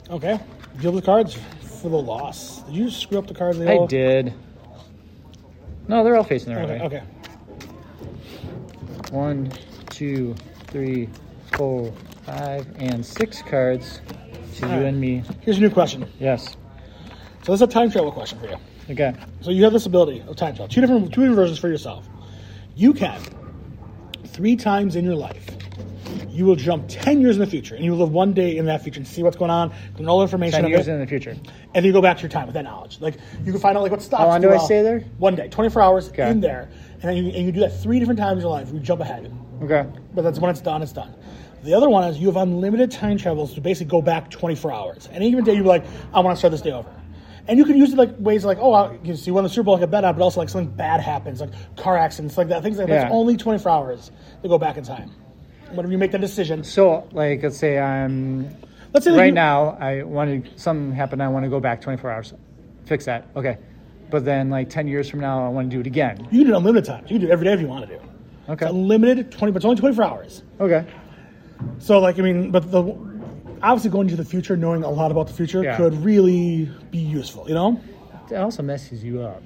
Speaker 3: Okay. Deal with the cards for the loss. Did you screw up the cards? They
Speaker 1: I
Speaker 3: all-
Speaker 1: did. No, they're all facing the right
Speaker 3: Okay.
Speaker 1: way.
Speaker 3: Okay.
Speaker 1: One, two, three, four, five, and six cards to you
Speaker 3: Alright.
Speaker 1: and me.
Speaker 3: Here's a new question.
Speaker 1: Yes.
Speaker 3: So this is a time travel question for you.
Speaker 1: Okay.
Speaker 3: So you have this ability of time travel. Two different two different versions for yourself. You can three times in your life. You will jump ten years in the future, and you will live one day in that future and see what's going on, get all the information
Speaker 1: Ten
Speaker 3: of
Speaker 1: years
Speaker 3: it,
Speaker 1: in the future.
Speaker 3: and then you go back to your time with that knowledge. Like you can find out like what stops.
Speaker 1: How long do I
Speaker 3: throughout-
Speaker 1: stay there?
Speaker 3: One day, twenty four hours
Speaker 1: Okay.
Speaker 3: in there, and then you, and you do that three different times in your life. You jump ahead.
Speaker 1: Okay.
Speaker 3: but that's when it's done, it's done. The other one is you have unlimited time travels to basically go back 24 hours. Any given day, you're like, I want to start this day over. And you can use it like ways like, oh, I, you can see when the Super Bowl, I can bet on, it, but also like something bad happens, like car accidents, like that, things like that. It's
Speaker 1: Yeah.
Speaker 3: only 24 hours to go back in time. Whenever you make that decision,
Speaker 1: So, like, let's say I'm
Speaker 3: let's say that
Speaker 1: right
Speaker 3: you-
Speaker 1: now. I wanted something happened. I want to go back 24 hours. Fix that. Okay. But then, like, 10 years from now, I want to do it again.
Speaker 3: you can do it unlimited times. You can do it every day if you want to do.
Speaker 1: Okay.
Speaker 3: It's unlimited 20, but it's only 24 hours.
Speaker 1: Okay.
Speaker 3: So like I mean, but the obviously going to the future, knowing a lot about the future,
Speaker 1: Yeah.
Speaker 3: could really be useful. You know.
Speaker 1: It also messes you up.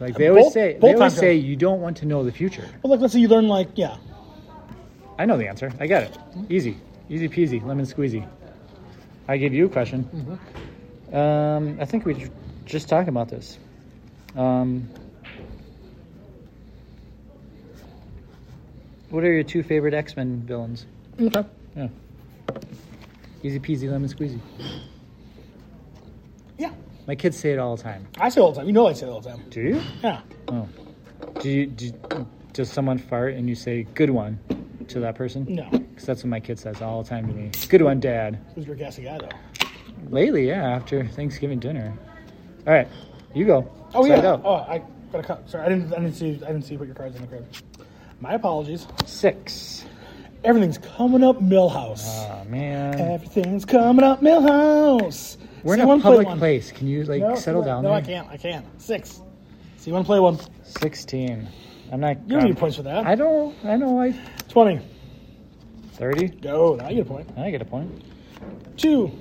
Speaker 1: Like they always
Speaker 3: Both-
Speaker 1: say,
Speaker 3: both
Speaker 1: they always
Speaker 3: times are-
Speaker 1: say you don't want to know the future.
Speaker 3: But like, let's say you learn like, yeah,
Speaker 1: I know the answer. I got it. Easy, easy peasy, lemon squeezy. I give you a question. Um, I think we were just talking about this. Um, what are your two favorite X Men villains?
Speaker 3: okay.
Speaker 1: Yeah. Easy peasy, lemon squeezy.
Speaker 3: Yeah,
Speaker 1: My kids say it all the time.
Speaker 3: I say it all the time. You know, I say it all the time.
Speaker 1: Do you?
Speaker 3: Yeah,
Speaker 1: Oh. Do you? Do, does someone fart and you say "good one" to that person?
Speaker 3: no,
Speaker 1: Because that's what my kid says all the time to me. Good one, Dad.
Speaker 3: who's your gassy guy though?
Speaker 1: Lately, yeah, after Thanksgiving dinner. All right, you go.
Speaker 3: Oh
Speaker 1: Side
Speaker 3: yeah.
Speaker 1: out.
Speaker 3: Oh, I got a cut. Sorry, I didn't. I didn't see. I didn't see you put your cards in the crib. My apologies.
Speaker 1: Six.
Speaker 3: Everything's coming up, Millhouse.
Speaker 1: Oh, man.
Speaker 3: Everything's coming up, Millhouse.
Speaker 1: We're in
Speaker 3: Uh, See
Speaker 1: a
Speaker 3: one, play
Speaker 1: public
Speaker 3: one.
Speaker 1: place. Can you, like,
Speaker 3: No,
Speaker 1: settle down
Speaker 3: no,
Speaker 1: there?
Speaker 3: I can't. I can't. Six. See one, play one.
Speaker 1: 16. I'm not.
Speaker 3: You don't
Speaker 1: um,
Speaker 3: need points for that.
Speaker 1: I don't. I know. I
Speaker 3: 20.
Speaker 1: thirty.
Speaker 3: Go. Now you get a point.
Speaker 1: I get a point.
Speaker 3: Two.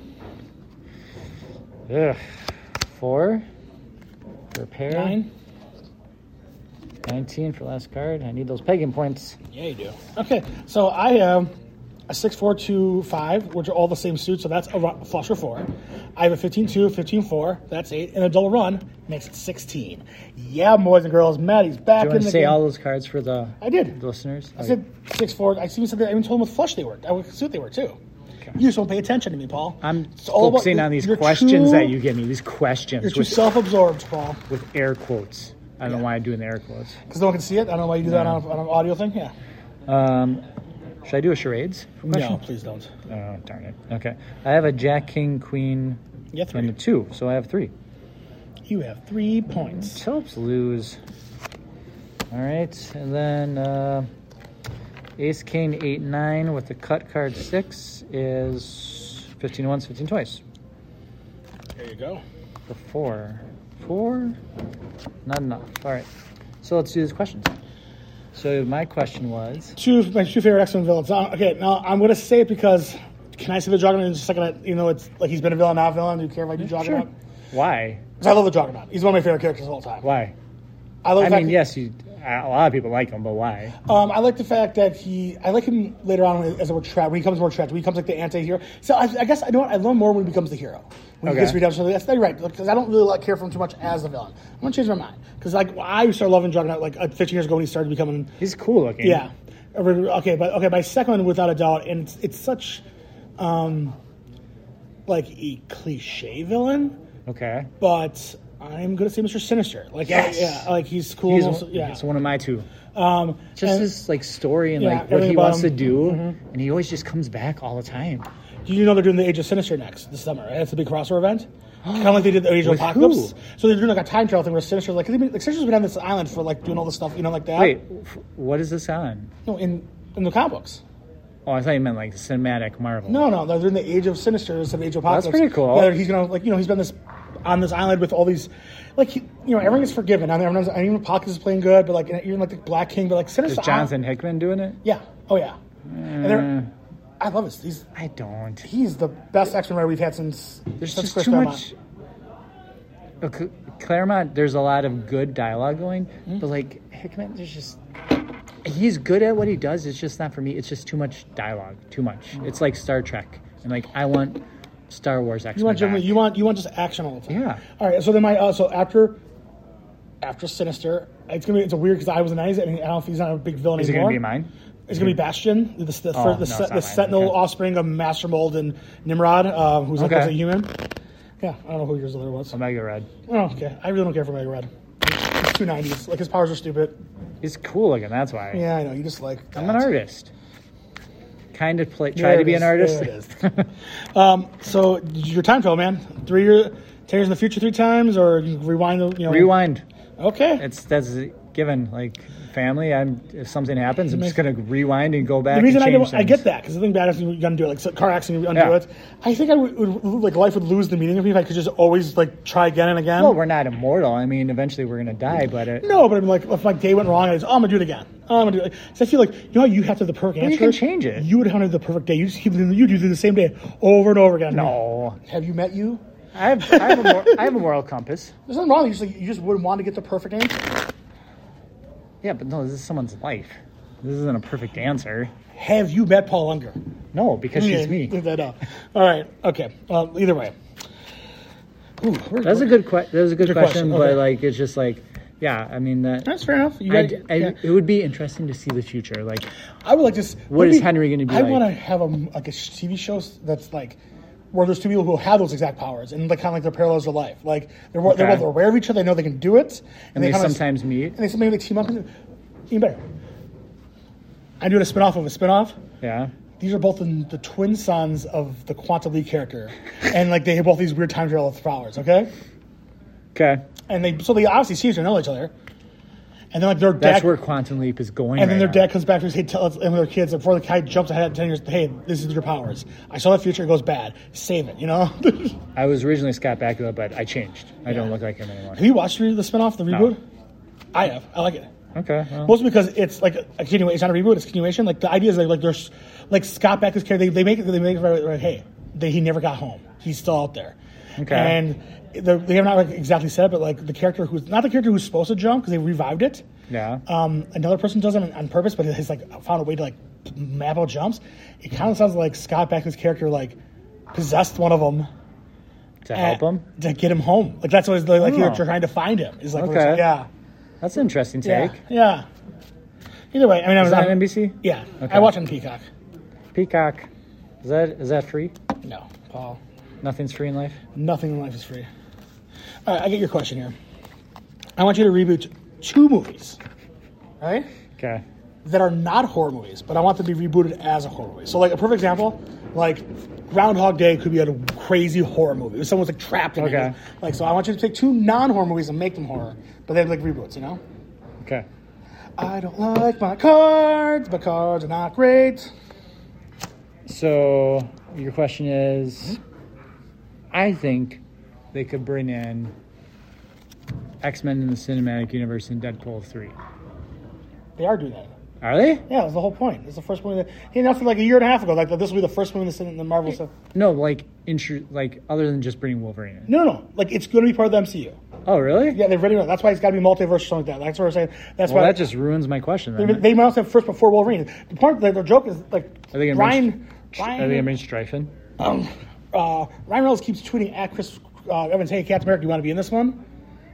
Speaker 1: Ugh. Four. Repair.
Speaker 3: Nine.
Speaker 1: Nineteen for last card. I need those pegging points.
Speaker 3: Yeah, you do. Okay. So I have a six, four, two, five, which are all the same suit. So that's a ru- flusher four. I have a 15, two, 15, four. That's eight. And a double run makes it 16. Yeah, boys and girls. Maddie's back
Speaker 1: Do you
Speaker 3: in
Speaker 1: want
Speaker 3: the
Speaker 1: to say
Speaker 3: game.
Speaker 1: all those cards for the
Speaker 3: I did.
Speaker 1: listeners?
Speaker 3: I said six, four. I even said that I even told them with flush they worked. I would suit they were too. You just don't pay attention to me, Paul.
Speaker 1: I'm
Speaker 3: It's all about
Speaker 1: focusing
Speaker 3: your-
Speaker 1: on these
Speaker 3: you're
Speaker 1: questions
Speaker 3: too-
Speaker 1: that you give me. These
Speaker 3: You're
Speaker 1: questions
Speaker 3: too
Speaker 1: with,
Speaker 3: self-absorbed, Paul.
Speaker 1: with air quotes. I don't know why I'm doing the air quotes.
Speaker 3: Because no one can see it. I don't know why you do that on, a, on an audio thing. Yeah.
Speaker 1: Um, should I do a charades?
Speaker 3: No, please don't.
Speaker 1: Oh darn it. Okay. I have a Jack King Queen
Speaker 3: Yeah,
Speaker 1: and a
Speaker 3: three.
Speaker 1: two, so I have three.
Speaker 3: You have three points.
Speaker 1: Helps lose. All right, and then uh, Ace King eight nine with the cut card six is 15 once, 15 twice
Speaker 3: There you go.
Speaker 1: for four. Four, not enough. All right, so let's do these questions. So my question was,
Speaker 3: Two my two favorite X Men villains. Uh, okay, now I'm gonna say it because can I say the Juggernaut in just a second? I- You know, it's like he's been a villain, not a villain. Do you care if I do Juggernaut?
Speaker 1: why?
Speaker 3: Because I love the Juggernaut. He's one of my favorite characters of all time.
Speaker 1: Why?
Speaker 3: I love.
Speaker 1: I
Speaker 3: the fact
Speaker 1: mean,
Speaker 3: that-
Speaker 1: yes, you. A lot of people like him, but why?
Speaker 3: Um, I like the fact that he. I like him later on as a more tra- when he becomes more tragic. When he becomes like the anti-hero. So I, I guess I know what I learn more when he becomes the hero. When
Speaker 1: Okay.
Speaker 3: he gets redemption, that's you're right because I don't really like care for him too much as the villain. I'm gonna change my mind because like I started loving Juggernaut like uh, 15 years ago when he started becoming
Speaker 1: He's cool looking.
Speaker 3: yeah. Okay, but okay, my second one without a doubt, and it's, it's such, um, like a cliche villain,
Speaker 1: Okay.
Speaker 3: but I'm gonna say Mr. Sinister. Like
Speaker 1: Yes.
Speaker 3: yeah, like he's cool.
Speaker 1: He's
Speaker 3: also- yeah.
Speaker 1: it's one of my two.
Speaker 3: Um,
Speaker 1: Just
Speaker 3: and
Speaker 1: his like story and
Speaker 3: Yeah,
Speaker 1: like what
Speaker 3: everything
Speaker 1: he
Speaker 3: about
Speaker 1: wants to
Speaker 3: him.
Speaker 1: do, and he always just comes back all the time.
Speaker 3: Do you know they're doing the Age of Sinister next this summer? Right? That's a big crossover event. kind of like they did the Age of
Speaker 1: With who?
Speaker 3: Apocalypse. So they're doing like a time travel thing where Sinister, like, 'cause they've been- like Sinister's been on this island for like doing all this stuff, you know, like that.
Speaker 1: Wait, f- what is this on?
Speaker 3: No, in in the comic books.
Speaker 1: Oh, I thought you meant like cinematic Marvel.
Speaker 3: No, no, they're in the Age of Sinister, instead of Age of Apocalypse.
Speaker 1: pretty cool.
Speaker 3: Yeah, he's gonna like you know he's been this on this island with all these, like he, you know everyone is forgiven. I mean, everyone's, I mean, Apocalypse is playing good, but like even like the Black King, but like
Speaker 1: is
Speaker 3: Sinister.
Speaker 1: Jonathan Hickman doing it?
Speaker 3: yeah. Oh yeah. And
Speaker 1: Mm.
Speaker 3: they're, I love this. He's
Speaker 1: I don't.
Speaker 3: he's the best X Men writer we've had since.
Speaker 1: There's
Speaker 3: since
Speaker 1: just
Speaker 3: Chris
Speaker 1: too
Speaker 3: Claremont.
Speaker 1: much. Uh, C- Claremont, there's a lot of good dialogue going,
Speaker 3: Hmm?
Speaker 1: but like Hickman, there's just. He's good at what he does. It's just not for me. It's just too much dialogue. Too much.
Speaker 3: Hmm.
Speaker 1: It's like Star Trek, and like I want Star Wars. X-Men
Speaker 3: You want
Speaker 1: back.
Speaker 3: Jim, you want you want just action all the time.
Speaker 1: Yeah.
Speaker 3: All right. So then my uh, so after after Sinister, it's gonna be it's weird because I was an nice and I don't know if he's not a big villain
Speaker 1: Is it
Speaker 3: anymore.
Speaker 1: gonna be mine?
Speaker 3: It's gonna be Bastion, the the, the,
Speaker 1: Oh,
Speaker 3: the,
Speaker 1: no, it's
Speaker 3: se-
Speaker 1: not
Speaker 3: the
Speaker 1: mine.
Speaker 3: Sentinel
Speaker 1: Okay.
Speaker 3: offspring of Master Mold and Nimrod, uh, who's like
Speaker 1: Okay.
Speaker 3: a human. Yeah, I don't know who yours other was.
Speaker 1: Omega Red.
Speaker 3: Oh, okay. I really don't care for Mega Red. It's two nineties. Like his powers are stupid.
Speaker 1: He's cool looking. That's why.
Speaker 3: Yeah, I know. You just like
Speaker 1: I'm an
Speaker 3: that.
Speaker 1: artist. Kind of play,
Speaker 3: There
Speaker 1: try to
Speaker 3: it
Speaker 1: be
Speaker 3: is,
Speaker 1: an artist.
Speaker 3: there it is. um, so your time travel, man. Three year, ten years in the future, three times, or you rewind the you know
Speaker 1: Rewind.
Speaker 3: Okay.
Speaker 1: It's that's a given. Like family, I'm if something happens, I'm just gonna rewind and go back.
Speaker 3: the reason I
Speaker 1: and change
Speaker 3: get, I get
Speaker 1: things.
Speaker 3: that because the thing bad is you're gonna do it like so car accident, you undo
Speaker 1: Yeah.
Speaker 3: it. I think I would, would like life would lose the meaning of me if I could just always like try again and again.
Speaker 1: Well, we're not immortal. I mean, eventually we're gonna die, but it,
Speaker 3: no, but I'm like if my day went wrong, I just, oh, I'm gonna do it again. Oh, I'm gonna do it. So I feel like you know how you have to have the perfect
Speaker 1: you
Speaker 3: answer.
Speaker 1: can change it.
Speaker 3: You would have the perfect day. You just keep you do the same day over and over again.
Speaker 1: no.
Speaker 3: Have you met you?
Speaker 1: I have I have, a mor- I have a moral compass.
Speaker 3: There's nothing wrong. You just like, you just wouldn't want to get the perfect answer.
Speaker 1: Yeah, but no, this is someone's life. This isn't a perfect answer.
Speaker 3: Have you met Paul Unger?
Speaker 1: No, because she's
Speaker 3: Yeah,
Speaker 1: me.
Speaker 3: leave that out. All right. Okay. Um, either way. Ooh, we're-
Speaker 1: That's a good que- that was a good,
Speaker 3: Good
Speaker 1: question,
Speaker 3: question,
Speaker 1: but
Speaker 3: okay.
Speaker 1: like it's just like, yeah. I mean that.
Speaker 3: That's fair enough. You
Speaker 1: I,
Speaker 3: got-
Speaker 1: I,
Speaker 3: yeah.
Speaker 1: It would be interesting to see the future. Like,
Speaker 3: I would like to. s-
Speaker 1: What
Speaker 3: would
Speaker 1: is
Speaker 3: be-
Speaker 1: Henry gonna be
Speaker 3: I
Speaker 1: like?
Speaker 3: want to have a m- like a sh- TV show s- that's like where there's two people who have those exact powers and like kind of like their parallels of life. Like they're, wa- they're
Speaker 1: Okay.
Speaker 3: both aware of each other. They know they can do it,
Speaker 1: and they
Speaker 3: kinda s-
Speaker 1: sometimes meet.
Speaker 3: and they sometimes they team up. And, even better. I'm doing a spinoff of a spinoff.
Speaker 1: Yeah.
Speaker 3: These are both the, the twin sons of the Quantum League character, and like they have both these weird time travel powers. Okay.
Speaker 1: Okay.
Speaker 3: and they so they obviously see each other, know each other, and then like their
Speaker 1: That's
Speaker 3: dad,
Speaker 1: where Quantum Leap is going.
Speaker 3: and then their
Speaker 1: right now.
Speaker 3: dad comes back to his hey, tell us, and their kids, and before the guy jumps ahead ten years, hey, this is your powers. I saw the future, it goes bad. Save it, you know. Have
Speaker 1: I was originally Scott Bakula, but I changed. I don't look like him anymore.
Speaker 3: you watched the the spinoff, the reboot? I have. I like it.
Speaker 1: Okay. well,
Speaker 3: Mostly because it's like a continuation, it's not a reboot, it's a continuation. Like the idea is like, like there's like Scott Bakula's character. They, they make it. They make it right, right, hey, they, he never got home. He's still out there.
Speaker 1: Okay.
Speaker 3: And they're- they have not like exactly said, it, but like the character who's not the character who's supposed to jump because they revived it.
Speaker 1: yeah.
Speaker 3: Um, another person does it on, on purpose, but he's like found a way to like map out jumps. It kind of sounds like Scott Bakula's character like possessed one of them
Speaker 1: to
Speaker 3: uh,
Speaker 1: help him.
Speaker 3: to get him home. Like that's what it's like, like you're
Speaker 1: Oh.
Speaker 3: trying to find him. Is like
Speaker 1: Okay.
Speaker 3: yeah,
Speaker 1: That's an interesting
Speaker 3: yeah,
Speaker 1: take.
Speaker 3: yeah. Either way, I mean, I was
Speaker 1: Is that
Speaker 3: on
Speaker 1: on NBC?
Speaker 3: Yeah,
Speaker 1: Okay.
Speaker 3: I watch on Peacock.
Speaker 1: Peacock. Is that is that free?
Speaker 3: No, Paul,
Speaker 1: Nothing's free in life.
Speaker 3: nothing in life is free. All right, I get your question here. I want you to reboot two movies, right?
Speaker 1: Okay.
Speaker 3: That are not horror movies, but I want them to be rebooted as a horror movie. So, like a perfect example, like Groundhog Day could be a crazy horror movie. If Someone's like trapped in
Speaker 1: Okay.
Speaker 3: it. Like, so I want you to take two non-horror movies and make them horror, but they have like reboots, you know?
Speaker 1: Okay.
Speaker 3: I don't like my cards, but cards are not great.
Speaker 1: So your question is, I think they could bring in X Men in the cinematic universe in Deadpool three.
Speaker 3: They are doing that.
Speaker 1: Are they?
Speaker 3: Yeah, that's the whole point. It's the first movie that he announced it like a year and a half ago. Like that this will be the first movie that's in the Marvel stuff.
Speaker 1: No, like intru- like other than just bringing Wolverine in.
Speaker 3: No, no, no. Like it's going to be part of the MCU.
Speaker 1: Oh, really?
Speaker 3: Yeah, they've already done. it. That's why it's got to be multiverse or something like that. That's what I'm saying. That's
Speaker 1: Well,
Speaker 3: why
Speaker 1: that just ruins my question.
Speaker 3: they,
Speaker 1: Then.
Speaker 3: they announced it first before Wolverine. The part like, the joke is like
Speaker 1: Are they gonna
Speaker 3: Ryan
Speaker 1: bring, Are they gonna
Speaker 3: Ryan,
Speaker 1: bring Strifen?
Speaker 3: um, uh, Ryan Reynolds keeps tweeting at Chris uh, Evans, "Hey, Captain America, do you want to be in this one?"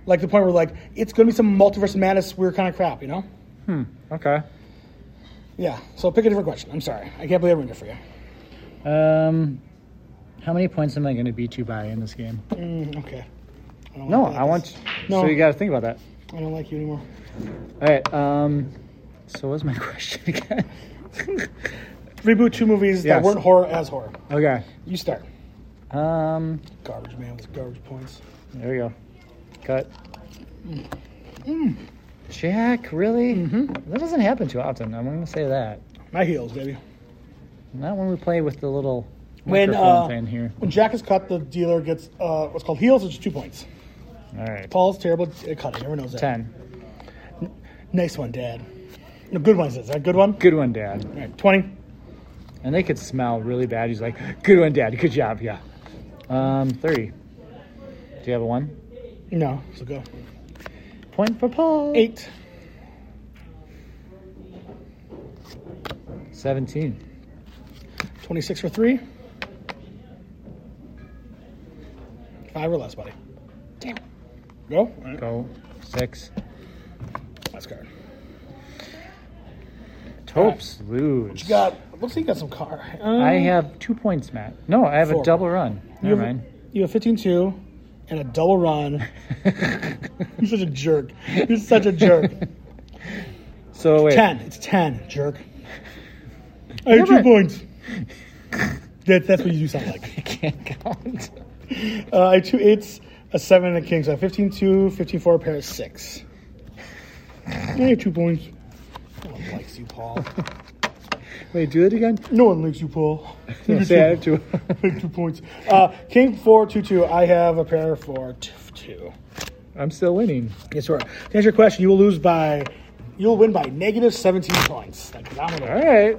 Speaker 3: Like the point where like it's going to be some multiverse madness weird kind of crap, you know?
Speaker 1: Okay.
Speaker 3: Yeah. So pick a different question. I'm sorry, I can't believe I ruined it for you.
Speaker 1: Um, how many points am I gonna beat you by in this game?
Speaker 3: Mm, okay. I don't
Speaker 1: No,
Speaker 3: like
Speaker 1: I want.
Speaker 3: No.
Speaker 1: So you got to think about that.
Speaker 3: this. I don't like you anymore.
Speaker 1: All right. Um. So what's my question again?
Speaker 3: Reboot two movies
Speaker 1: Yes.
Speaker 3: that weren't horror as horror.
Speaker 1: okay.
Speaker 3: You start.
Speaker 1: Um.
Speaker 3: Garbage man with garbage points.
Speaker 1: There we go. Cut. Jack, really? Mm-hmm. That doesn't happen too often. I'm gonna say that.
Speaker 3: My heels, baby.
Speaker 1: Not when we play with the little
Speaker 3: When,
Speaker 1: microphone
Speaker 3: uh,
Speaker 1: thing here.
Speaker 3: When Jack is cut, the dealer gets uh, what's called heels, which is two points.
Speaker 1: All right.
Speaker 3: Paul's terrible at cutting. Everyone knows that.
Speaker 1: Ten.
Speaker 3: Nice one, Dad. No, good one. Is that a good one?
Speaker 1: Good one, Dad.
Speaker 3: All right, 20.
Speaker 1: And they could smell really bad. He's like, "Good one, Dad. Good job. Yeah." Um. Thirty. Do you have a one?
Speaker 3: No, so go.
Speaker 1: Point for Paul.
Speaker 3: Eight.
Speaker 1: Seventeen.
Speaker 3: 26 for three. Five or less, buddy.
Speaker 1: Damn.
Speaker 3: Go. All right.
Speaker 1: Go. Six.
Speaker 3: Last card.
Speaker 1: Topes lose.
Speaker 3: You got, looks like you got some car. Um,
Speaker 1: I have two points, Matt. No, I have a
Speaker 3: Four.
Speaker 1: double run.
Speaker 3: You
Speaker 1: Never
Speaker 3: have,
Speaker 1: mind.
Speaker 3: You have 15 2 and a double run. You're such a jerk. You're such a jerk.
Speaker 1: So wait.
Speaker 3: 10. It's 10, jerk. I have
Speaker 1: but-
Speaker 3: two points. That, that's what you sound
Speaker 1: I
Speaker 3: like.
Speaker 1: can't count.
Speaker 3: Uh, I have two eights, a seven, and a king. So I have 15 2, 15 4, a pair of six. I have two points. No one likes you, Paul.
Speaker 1: Wait, do it again.
Speaker 3: No one likes you, Paul.
Speaker 1: No, say I have two.
Speaker 3: I have two points. Uh, king 4, 2 2. I have a pair of 4, 2 2.
Speaker 1: I'm still winning.
Speaker 3: Yes, sir. To answer your question, you will lose by, you'll win by negative 17 points. Like, I'm gonna-
Speaker 1: All right.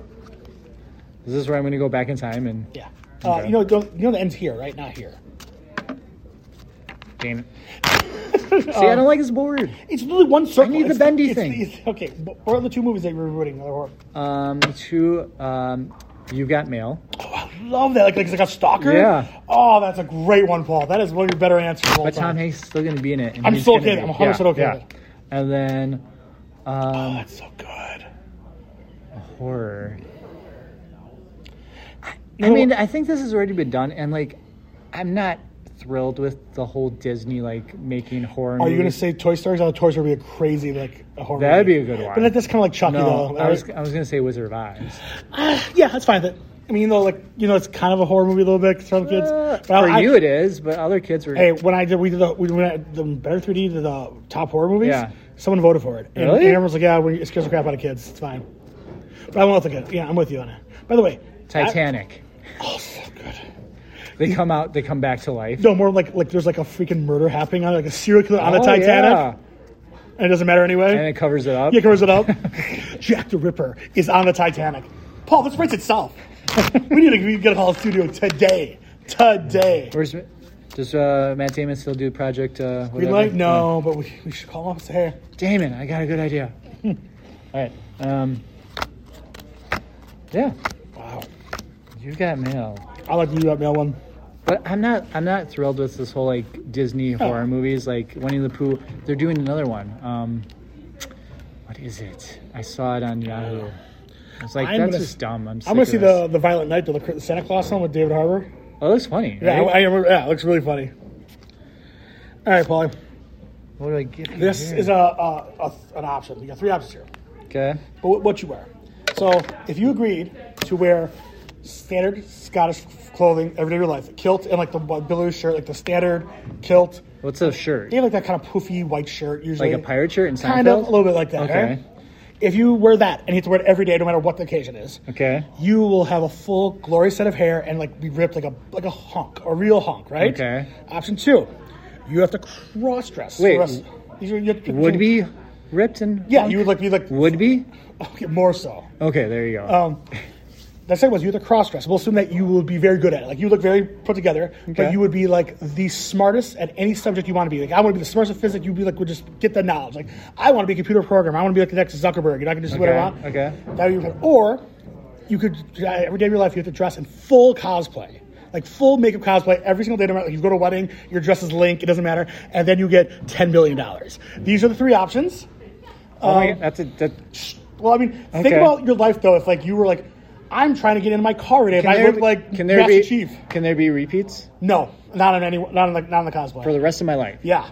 Speaker 1: Is this where I'm going to go back in time and
Speaker 3: Yeah. Uh,
Speaker 1: Okay.
Speaker 3: You know, don't, you know the end's here, right? Not here.
Speaker 1: damn it? See, I don't like this board.
Speaker 3: It's literally one circle.
Speaker 1: need the
Speaker 3: It's
Speaker 1: bendy
Speaker 3: it's
Speaker 1: thing.
Speaker 3: it's- okay, but what are the two movies that you're rooting? Oh,
Speaker 1: Um, two. Um, you got mail.
Speaker 3: I love that. Like, like, it's like a stalker.
Speaker 1: Yeah.
Speaker 3: Oh, that's a great one, Paul. That is one of your better answers. of all
Speaker 1: But Tom
Speaker 3: time.
Speaker 1: Hanks is still going to be in it. and
Speaker 3: I'm
Speaker 1: he's
Speaker 3: still
Speaker 1: gonna
Speaker 3: okay with
Speaker 1: be-
Speaker 3: it. I'm 100% okay
Speaker 1: yeah.
Speaker 3: with it.
Speaker 1: And then
Speaker 3: Oh, that's so good.
Speaker 1: horror. I
Speaker 3: know
Speaker 1: mean,
Speaker 3: what-
Speaker 1: I think this has already been done, and like, I'm not thrilled with the whole Disney like making horror.
Speaker 3: Are you gonna
Speaker 1: movies.
Speaker 3: say Toy Story? Oh, Toy Story would be a crazy like a horror.
Speaker 1: That'd
Speaker 3: movie.
Speaker 1: be a good one.
Speaker 3: But that- that's kind of like Chucky,
Speaker 1: No,
Speaker 3: though.
Speaker 1: I was I was gonna say Wizard of Oz.
Speaker 3: Ah, yeah, that's fine. That, I mean, though, like you know, it's kind of a horror movie a little bit for some kids.
Speaker 1: Uh,
Speaker 3: But I-
Speaker 1: for
Speaker 3: I-
Speaker 1: you it is, but other kids were.
Speaker 3: Hey, when I did, we did the, we, when I, the better 3D to the top horror movies.
Speaker 1: Yeah.
Speaker 3: Someone voted for it. And,
Speaker 1: Really?
Speaker 3: and everyone's like, yeah, we, it scares the crap out of kids. It's fine. But I won't look at it. Yeah, I'm with you on it. By the way,
Speaker 1: Titanic.
Speaker 3: I, oh, so good.
Speaker 1: They come out. They come back to life.
Speaker 3: No, more like like there's like a freaking murder happening on it, like a serial killer on the
Speaker 1: Oh,
Speaker 3: Titanic.
Speaker 1: yeah.
Speaker 3: and it doesn't matter anyway.
Speaker 1: and it covers it up.
Speaker 3: Yeah, covers it up. Jack the Ripper is on the Titanic. Paul, this writes itself. we need to we get a call studio today. Today.
Speaker 1: Where's does uh, Matt Damon still do Project? Uh,
Speaker 3: We
Speaker 1: whatever?
Speaker 3: like no, but we, we should call him up and say, hey,
Speaker 1: Damon, I got a good idea. Hmm. All right. Um, yeah,
Speaker 3: wow.
Speaker 1: you got mail.
Speaker 3: I like the mail one.
Speaker 1: But I'm not I'm not thrilled with this whole like Disney
Speaker 3: Oh.
Speaker 1: horror movies like Winnie the Pooh. They're doing another one. Um, what is it? I saw it on Yahoo. I was like,
Speaker 3: I'm
Speaker 1: that's
Speaker 3: gonna-
Speaker 1: just dumb. I'm, sick
Speaker 3: I'm gonna
Speaker 1: of
Speaker 3: see
Speaker 1: this.
Speaker 3: the, the Violent Night, the, the Santa Claus one with David Harbour.
Speaker 1: Oh, it looks funny.
Speaker 3: Yeah,
Speaker 1: right?
Speaker 3: I, I remember. Yeah, it looks really funny. All right, Paulie.
Speaker 1: what do I get? you
Speaker 3: This
Speaker 1: here?
Speaker 3: is a, a, a an option. You got three options here.
Speaker 1: okay.
Speaker 3: but what- what you wear. So if you agreed to wear standard Scottish clothing every day of your life, a kilt and like the billowy shirt, like the standard kilt.
Speaker 1: What's a shirt?
Speaker 3: They have like that kind of poofy white shirt usually.
Speaker 1: Like a pirate shirt in Seinfeld.
Speaker 3: Kind of, a little bit like that.
Speaker 1: Okay.
Speaker 3: right? If you wear that and you have to wear it every day, no matter what the occasion is,
Speaker 1: Okay.
Speaker 3: you will have a full glory set of hair and like be ripped like a like a hunk, a real hunk, right?
Speaker 1: Okay.
Speaker 3: Option two, you have to cross dress.
Speaker 1: Wait, Would
Speaker 3: would
Speaker 1: be ripped and
Speaker 3: Yeah, you would like be like
Speaker 1: would be.
Speaker 3: okay, more so.
Speaker 1: Okay, there you go.
Speaker 3: Um, the second was you have to cross dress. We'll assume that you will be very good at it. Like you look very put together,
Speaker 1: Okay.
Speaker 3: but you would be like the smartest at any subject you want to be. Like I want to be the smartest at physics. You'd be like, would just get the knowledge. Like I want to be a computer programmer. I want to be like the next Zuckerberg. You know, I can just do what I
Speaker 1: Okay,
Speaker 3: want.
Speaker 1: okay.
Speaker 3: That would be your plan. Or you could uh, every day of your life you have to dress in full cosplay. Like full makeup cosplay every single day, no matter like you go to a wedding, your dress is link, it doesn't matter, and then you get ten billion dollars. These are the three options.
Speaker 1: oh my
Speaker 3: um,
Speaker 1: God, that's a, that.
Speaker 3: Well, I mean, think
Speaker 1: Okay.
Speaker 3: about your life though. If like you were like, I'm trying to get into my car today, but I look like
Speaker 1: can there
Speaker 3: Master
Speaker 1: be
Speaker 3: Chief.
Speaker 1: can there be repeats
Speaker 3: No, not on any, not on like, not on the cosplay.
Speaker 1: for the rest of my life?
Speaker 3: yeah,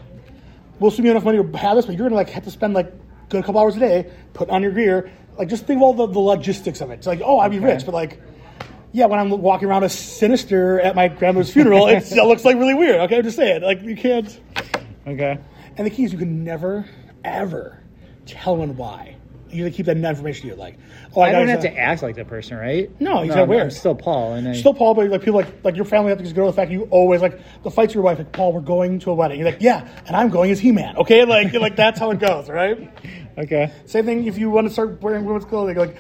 Speaker 3: we'll assume you have enough money to have this, but you're gonna like have to spend like a good couple hours a day putting on your gear. Like, just think of all the, the logistics of it. It's like, oh, I'd be rich, but like, yeah, when I'm walking around as sinister at my grandmother's funeral, it's, it looks like really weird. Okay, I'm just saying, like, you can't.
Speaker 1: Okay.
Speaker 3: And the key is you can never, ever tell anyone why. You gotta keep that information to you. Like, oh, I,
Speaker 1: I
Speaker 3: gotta
Speaker 1: don't
Speaker 3: use
Speaker 1: have
Speaker 3: that-
Speaker 1: to act like that person, right?
Speaker 3: No, you gotta wear
Speaker 1: I'm
Speaker 3: it.
Speaker 1: still Paul, and I,
Speaker 3: Still, Paul, but like people like like your family have to just go to the fact you always like the fights with your wife. Like Paul, we're going to a wedding. You're like, yeah, and I'm going as He-Man. Okay, like like that's how it goes, right?
Speaker 1: okay.
Speaker 3: Same thing if you want to start wearing women's clothing, like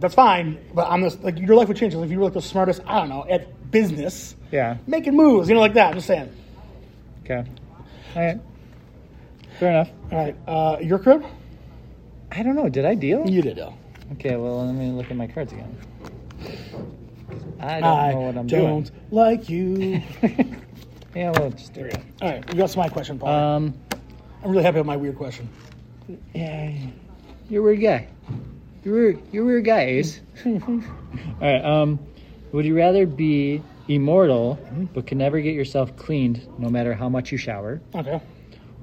Speaker 3: that's fine. But I'm this like your life would change if you were like the smartest. I don't know at business,
Speaker 1: Yeah.
Speaker 3: making moves, you know, like that. I'm just saying.
Speaker 1: Okay. All right. Fair enough.
Speaker 3: All right, uh, your crib,
Speaker 1: I don't know. Did I deal?
Speaker 3: you did though.
Speaker 1: Okay. Well, let me look at my cards again. 'Cause I don't
Speaker 3: I
Speaker 1: know what I'm
Speaker 3: don't
Speaker 1: doing.
Speaker 3: like you.
Speaker 1: Yeah. Well, just do it.
Speaker 3: All right, you got my question, Paul.
Speaker 1: Um.
Speaker 3: I'm really happy with my weird question.
Speaker 1: Yeah. You're a weird guy. You're weird, you're a weird guy, Ace. All right. Um. Would you rather be immortal but can never get yourself cleaned, no matter how much you shower,
Speaker 3: Okay,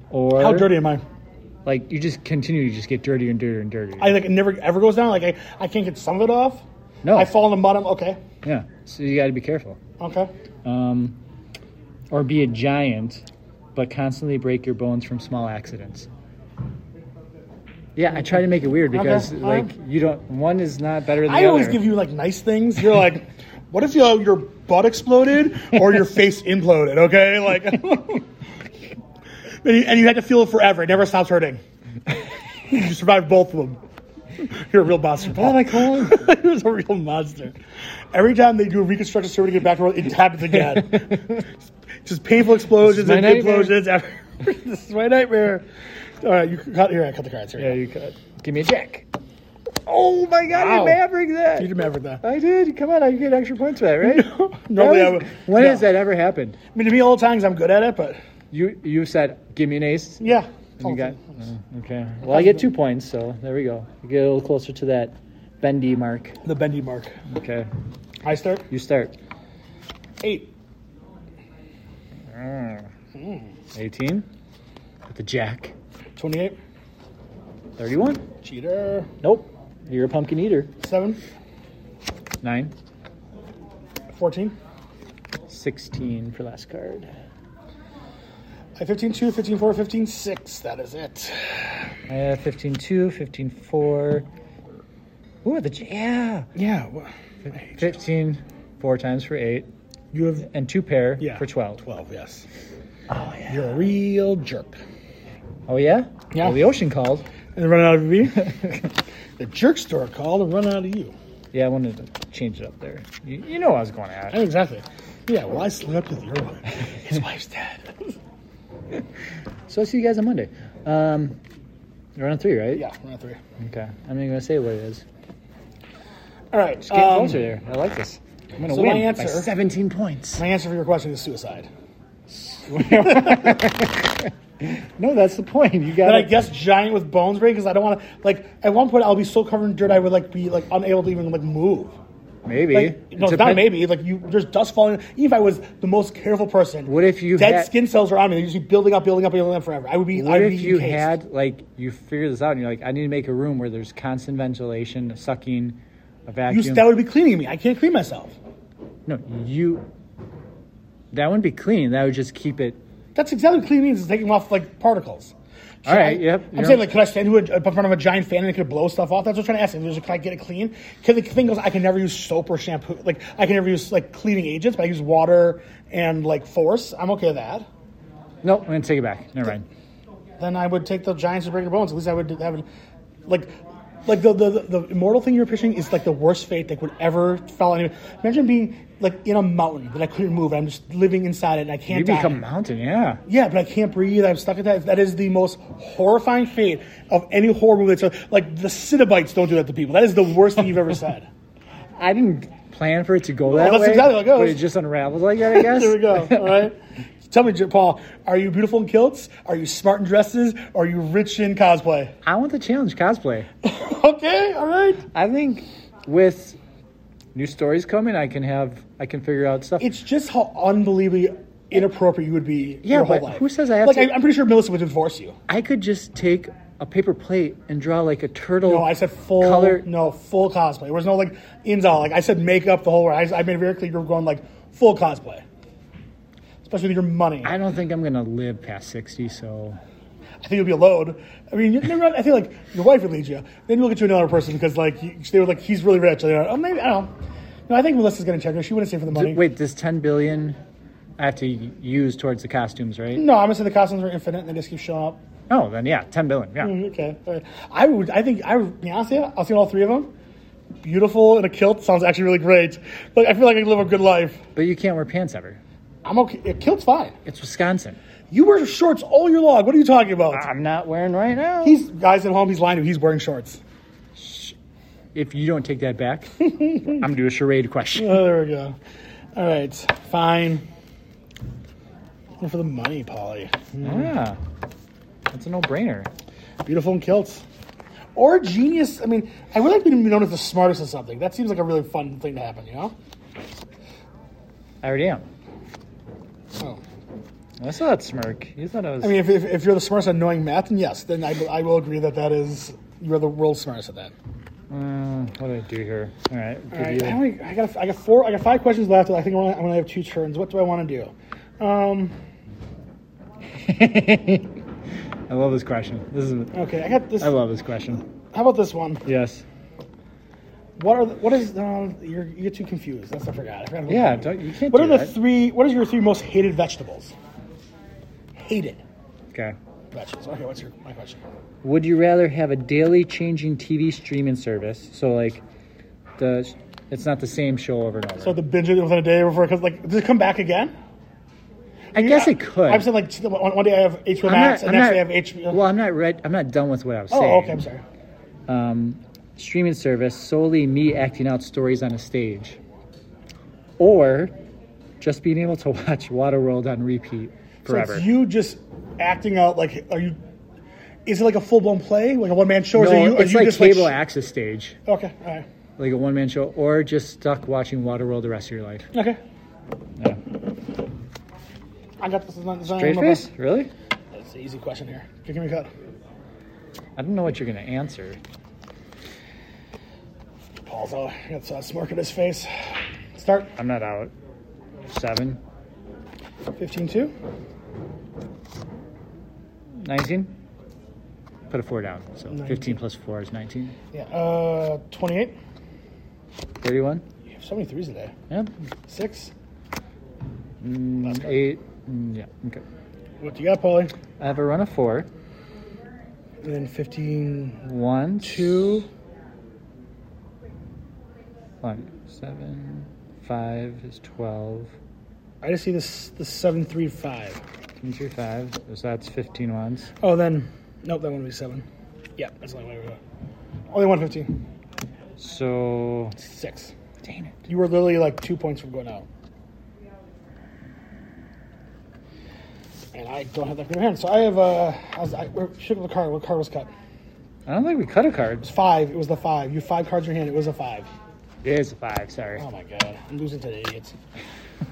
Speaker 1: or
Speaker 3: how dirty am I?
Speaker 1: Like you just continue to just get dirtier and dirtier and dirtier.
Speaker 3: I like it never ever goes down. Like I, I can't get some of it off.
Speaker 1: No.
Speaker 3: I fall in the mud. I'm okay.
Speaker 1: yeah. So you got to be careful.
Speaker 3: Okay.
Speaker 1: Um, or be a giant, but constantly break your bones from small accidents. Yeah, I try to make it weird because
Speaker 3: Okay,
Speaker 1: like
Speaker 3: alright.
Speaker 1: you don't. One is not better than the
Speaker 3: I always
Speaker 1: other.
Speaker 3: give you like nice things. You're like, what if your your butt exploded or your face imploded? Okay, like, and, you, and you had to feel it forever. It never stops hurting. you survived both of them. You're a real monster.
Speaker 1: Oh
Speaker 3: Paul.
Speaker 1: my God.
Speaker 3: You're a real monster. Every time they do a reconstructive surgery to get back to work, it happens again. Just painful explosions
Speaker 1: This is
Speaker 3: and
Speaker 1: my eh? nightmare.
Speaker 3: implosions. Ever. this is my nightmare. All right, you cut here. I cut the cards here.
Speaker 1: Yeah, you cut. Give me a jack. Oh my God!
Speaker 3: Wow.
Speaker 1: You maverick that.
Speaker 3: You remember that.
Speaker 1: I did. Come on, I get extra points for that, right?
Speaker 3: Normally
Speaker 1: That
Speaker 3: I
Speaker 1: was-
Speaker 3: would-
Speaker 1: When
Speaker 3: no.
Speaker 1: has that ever happened?
Speaker 3: I mean, to me, all the times I'm good at it, but
Speaker 1: You you said give me an ace.
Speaker 3: yeah.
Speaker 1: You got, oh, okay. Well, I get two points, so there we go. You get a little closer to that bendy mark.
Speaker 3: the bendy mark.
Speaker 1: Okay,
Speaker 3: I start
Speaker 1: you start.
Speaker 3: eight.
Speaker 1: Mm. Eighteen with the jack.
Speaker 3: 28.
Speaker 1: Thirty-one.
Speaker 3: Cheater.
Speaker 1: Nope. You're a pumpkin eater.
Speaker 3: 7.
Speaker 1: Nine.
Speaker 3: 14.
Speaker 1: Sixteen for last card.
Speaker 3: I 15 2, 15 4, 15 6. That is it.
Speaker 1: I have 15 2, 15 4. Ooh, the j- yeah.
Speaker 3: Yeah. wha-
Speaker 1: 15 four times for eight
Speaker 3: You have
Speaker 1: and two pair
Speaker 3: yeah
Speaker 1: for 12.
Speaker 3: 12, yes.
Speaker 1: Oh, yeah.
Speaker 3: You're a real jerk.
Speaker 1: Oh yeah.
Speaker 3: Yeah.
Speaker 1: Well, the ocean called.
Speaker 3: And run out of me. the jerk store called and run out of you.
Speaker 1: Yeah, I wanted to change it up there. You, you know what I was going
Speaker 3: I
Speaker 1: at.
Speaker 3: know exactly. Yeah, well, I slept with your wife. His wife's dead.
Speaker 1: So I'll see you guys on Monday. Um, you're on three, right?
Speaker 3: Yeah, run out three.
Speaker 1: Okay. I'm not even gonna say what it is.
Speaker 3: All right.
Speaker 1: It's getting
Speaker 3: um,
Speaker 1: closer there. I like this. I'm gonna
Speaker 3: so
Speaker 1: win
Speaker 3: my
Speaker 1: by
Speaker 3: answer-
Speaker 1: 17 points.
Speaker 3: My answer for your question is suicide.
Speaker 1: No, that's the point. You
Speaker 3: Then I
Speaker 1: got.
Speaker 3: guess giant with bones break because I don't want to. Like at one point, I'll be so covered in dirt I would like be like unable to even like move.
Speaker 1: Maybe.
Speaker 3: Like, no, it's not
Speaker 1: Depen-
Speaker 3: maybe. Like you, there's dust falling. Even if I was the most careful person,
Speaker 1: What if you
Speaker 3: dead
Speaker 1: had-
Speaker 3: skin cells around me? They're usually building up, building up, building up forever. I would be. I
Speaker 1: What
Speaker 3: would
Speaker 1: if
Speaker 3: be
Speaker 1: you
Speaker 3: encased.
Speaker 1: had like you figure this out and you're like, I need to make a room where there's constant ventilation, sucking, a
Speaker 3: You,
Speaker 1: vacuum.
Speaker 3: that would be cleaning me. I can't clean myself.
Speaker 1: no, you. That wouldn't be clean. That would just keep it.
Speaker 3: That's exactly what cleaning means. Is taking off like particles.
Speaker 1: All right. Yep.
Speaker 3: I'm
Speaker 1: you're-
Speaker 3: saying, like, could I stand to a, in front of a giant fan and it could blow stuff off? That's what I'm trying to ask. Like, can I get it clean? Because the thing goes, I can never use soap or shampoo. Like, I can never use, like, cleaning agents, but I use water and, like, force. I'm okay with that.
Speaker 1: no, I'm gonna take it back. Never mind.
Speaker 3: Then I would take the giants to break their bones. At least I would have, it- like, like the, the, the immortal thing you're pitching is, like, the worst fate that could ever fall on you. Imagine being, like, in a mountain that I couldn't move. I'm just living inside it and I can't
Speaker 1: You
Speaker 3: die.
Speaker 1: become a mountain. Yeah.
Speaker 3: Yeah, but I can't breathe. I'm stuck in that. That is the most horrifying fate of any horror movie. That's like the Cenobites don't do that to people. That is the worst thing you've ever said.
Speaker 1: I didn't plan for it to go that
Speaker 3: that's
Speaker 1: way.
Speaker 3: exactly how it
Speaker 1: But
Speaker 3: goes.
Speaker 1: it just unraveled like that. I guess.
Speaker 3: there we go. All right. Tell me, J- Paul, are you beautiful in kilts? Are you smart in dresses? Are you rich in cosplay?
Speaker 1: I want the challenge cosplay.
Speaker 3: okay, all right.
Speaker 1: I think with new stories coming, I can have I can figure out stuff.
Speaker 3: It's just how unbelievably inappropriate you would be
Speaker 1: Yeah,
Speaker 3: your whole
Speaker 1: but
Speaker 3: life.
Speaker 1: who says I have
Speaker 3: like,
Speaker 1: to-
Speaker 3: I'm pretty sure Melissa would divorce you.
Speaker 1: I could just take a paper plate and draw like a turtle.
Speaker 3: No, I said full
Speaker 1: color.
Speaker 3: No, full cosplay. There was no like ins out. Like I said, makeup the whole. I, I made it very clear you were going like full cosplay, especially with your money. I,
Speaker 1: I don't think I'm gonna live past sixty. So
Speaker 3: think it'll be a load. I mean, you never. mind, I think like your wife would lead you. Then you'll get to another person because like you, they were like he's really rich. They're Like, oh, maybe I don't. know. No, I think Melissa's gonna check her. She wouldn't stay for the money.
Speaker 1: wait, this ten billion I have to use towards the costumes, right?
Speaker 3: No, I'm gonna say the costumes are infinite. and They just keep showing up.
Speaker 1: Oh, then yeah, ten billion. Yeah,
Speaker 3: Okay. all right. I would. I think. I would be honest. with you, I'll see all three of them. Beautiful in a kilt sounds actually really great. Like I feel like I could live a good life.
Speaker 1: but you can't wear pants ever.
Speaker 3: I'm okay. A kilt's fine.
Speaker 1: It's Wisconsin.
Speaker 3: You wear shorts all year long. What are you talking about?
Speaker 1: I'm not wearing right now.
Speaker 3: He's guys at home. He's lying to you. He's wearing shorts.
Speaker 1: If you don't take that back, I'm gonna do a charade question.
Speaker 3: Oh, there we go. All right, fine. Go for the money, Polly.
Speaker 1: Yeah, that's a no-brainer.
Speaker 3: Beautiful in kilts. Or genius. I mean, I would like to be known as the smartest of something. That seems like a really fun thing to happen. You know?
Speaker 1: I already am.
Speaker 3: Oh.
Speaker 1: I saw that smirk. You thought I was.
Speaker 3: I mean, if, if, if you're the smartest at knowing math, then yes, then I, I will agree that that is you are the world's smartest at that.
Speaker 1: Mm, what do I do here? All right, good
Speaker 3: All right,
Speaker 1: you.
Speaker 3: I, only- I got I got four I got five questions left. I think I wanna- I'm gonna have two turns. What do I want to do? Um,
Speaker 1: I love this question. This is.
Speaker 3: okay, I got this.
Speaker 1: I love this question.
Speaker 3: How about this one?
Speaker 1: Yes.
Speaker 3: What are the, what is um, you're, you get too confused? That's I forgot. I forgot
Speaker 1: Yeah, don't, you can't.
Speaker 3: What
Speaker 1: do
Speaker 3: are the
Speaker 1: that.
Speaker 3: three? What is your three most hated vegetables? Hated
Speaker 1: okay.
Speaker 3: vegetables. Okay, what's your my question?
Speaker 1: Would you rather have a daily changing TV streaming service? So like, the it's not the same show over and over.
Speaker 3: So the binge it within a day before because like does it come back again?
Speaker 1: I guess it could.
Speaker 3: I'm saying like t- one, one day I have HBO
Speaker 1: I'm
Speaker 3: Max
Speaker 1: not-
Speaker 3: and next
Speaker 1: I'm
Speaker 3: day I
Speaker 1: not-
Speaker 3: have HBO.
Speaker 1: Well, I'm not read. I'm not done with what I was saying.
Speaker 3: oh, okay. I'm sorry.
Speaker 1: um, streaming service solely me acting out stories on a stage, or just being able to watch Waterworld on repeat
Speaker 3: So
Speaker 1: forever.
Speaker 3: it's you just acting out like are you? Is it like a full blown play, like a one man show? or
Speaker 1: no,
Speaker 3: is it you, are
Speaker 1: it's
Speaker 3: you
Speaker 1: like
Speaker 3: just
Speaker 1: cable
Speaker 3: Like,
Speaker 1: access stage,
Speaker 3: sh- okay, all right,
Speaker 1: like a one man show, or just stuck watching Waterworld the rest of your life.
Speaker 3: okay.
Speaker 1: Yeah.
Speaker 3: I got this. this is not- this is not-
Speaker 1: Straight face? Really?
Speaker 3: That's an easy question here. Give me a cut.
Speaker 1: I don't know what you're gonna answer.
Speaker 3: Paul's all got a smirk in his face. Start
Speaker 1: I'm not out. Seven.
Speaker 3: 15 2.
Speaker 1: 19? Put a four down. So
Speaker 3: 19.
Speaker 1: 15 plus four is 19.
Speaker 3: Yeah. Uh, 28.
Speaker 1: 31?
Speaker 3: You have so many threes today.
Speaker 1: Yep.
Speaker 3: Six.
Speaker 1: Mm, eight. Mm, yeah. Okay.
Speaker 3: What do you got, Paulie?
Speaker 1: I have a run of four.
Speaker 3: And then 15,
Speaker 1: One,
Speaker 3: 2,
Speaker 1: five, seven, five is 12.
Speaker 3: I just see this the seven three five.
Speaker 1: Two, three, five. So that's 15 ones.
Speaker 3: Oh, then nope, that one would be seven. Yeah, that's the only way we go. Only one fifteen.
Speaker 1: So.
Speaker 3: Six.
Speaker 1: Dang it.
Speaker 3: You were literally like two points from going out. And I don't have that in my hand, so I have. Uh, I was. I where- shook the card. What card was cut? It
Speaker 1: I don't think we cut a card.
Speaker 3: was five. It was the five. You have five cards in your hand. It was a five.
Speaker 1: It is a five, sorry.
Speaker 3: Oh my god, I'm losing to the idiots.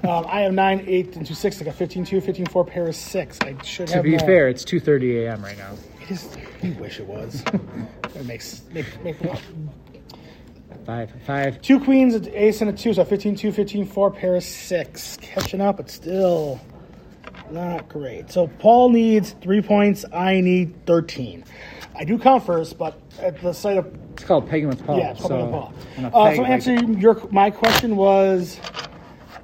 Speaker 3: Um, I have nine, eight, and two six. I got 15, two, 15, four, pair of six. I should
Speaker 1: to
Speaker 3: have.
Speaker 1: be
Speaker 3: more.
Speaker 1: fair, it's 2.30 a.m. right now.
Speaker 3: it is. I wish it was. it makes make, make
Speaker 1: Five, five.
Speaker 3: Two queens, an ace, and a two. So 15 2, 15 4, pair of six. Catching up, but still not great. So Paul needs three points. I need 13. I do count first, but at the sight of.
Speaker 1: It's called Pegging with Paul.
Speaker 3: yeah, it's probably
Speaker 1: Oh, so
Speaker 3: Paul.
Speaker 1: I'm gonna
Speaker 3: Uh,
Speaker 1: peg
Speaker 3: so,
Speaker 1: like-
Speaker 3: answering your, my question was.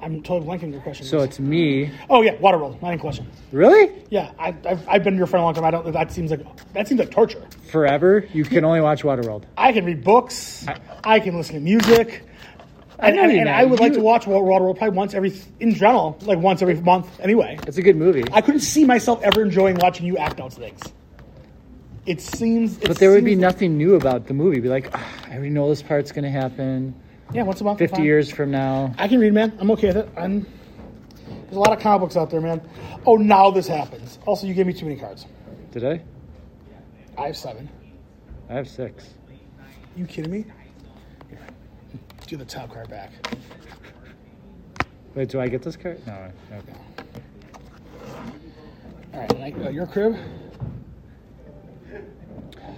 Speaker 3: I'm totally blanking your question.
Speaker 1: so
Speaker 3: is.
Speaker 1: it's me.
Speaker 3: oh, yeah, water roll. Not in question.
Speaker 1: Really?
Speaker 3: Yeah, I, I've, I've been your friend a long time. I don't. That seems like that seems like torture.
Speaker 1: Forever? You can only watch Waterworld.
Speaker 3: I can read books. I, can listen to music. And,
Speaker 1: know
Speaker 3: and,
Speaker 1: you,
Speaker 3: and
Speaker 1: man.
Speaker 3: I would like
Speaker 1: You-
Speaker 3: to watch World War probably once every, in general, like once every month anyway.
Speaker 1: It's a good movie.
Speaker 3: I couldn't see myself ever enjoying watching you act out things. It seems. It
Speaker 1: but there would be
Speaker 3: seems-
Speaker 1: nothing new about the movie. Be like, "Ah, I already know this part's going to happen
Speaker 3: Yeah, once a month.
Speaker 1: 50
Speaker 3: fine.
Speaker 1: years from now.
Speaker 3: I can read, man. I'm okay with it. I'm, there's a lot of comic books out there, man. Oh, now this happens. Also, you gave me too many cards.
Speaker 1: Did I?
Speaker 3: I have seven.
Speaker 1: I have six.
Speaker 3: You kidding me? Do the top card back.
Speaker 1: Wait, do I get this card? No. Okay.
Speaker 3: All right, and I, uh, your crib.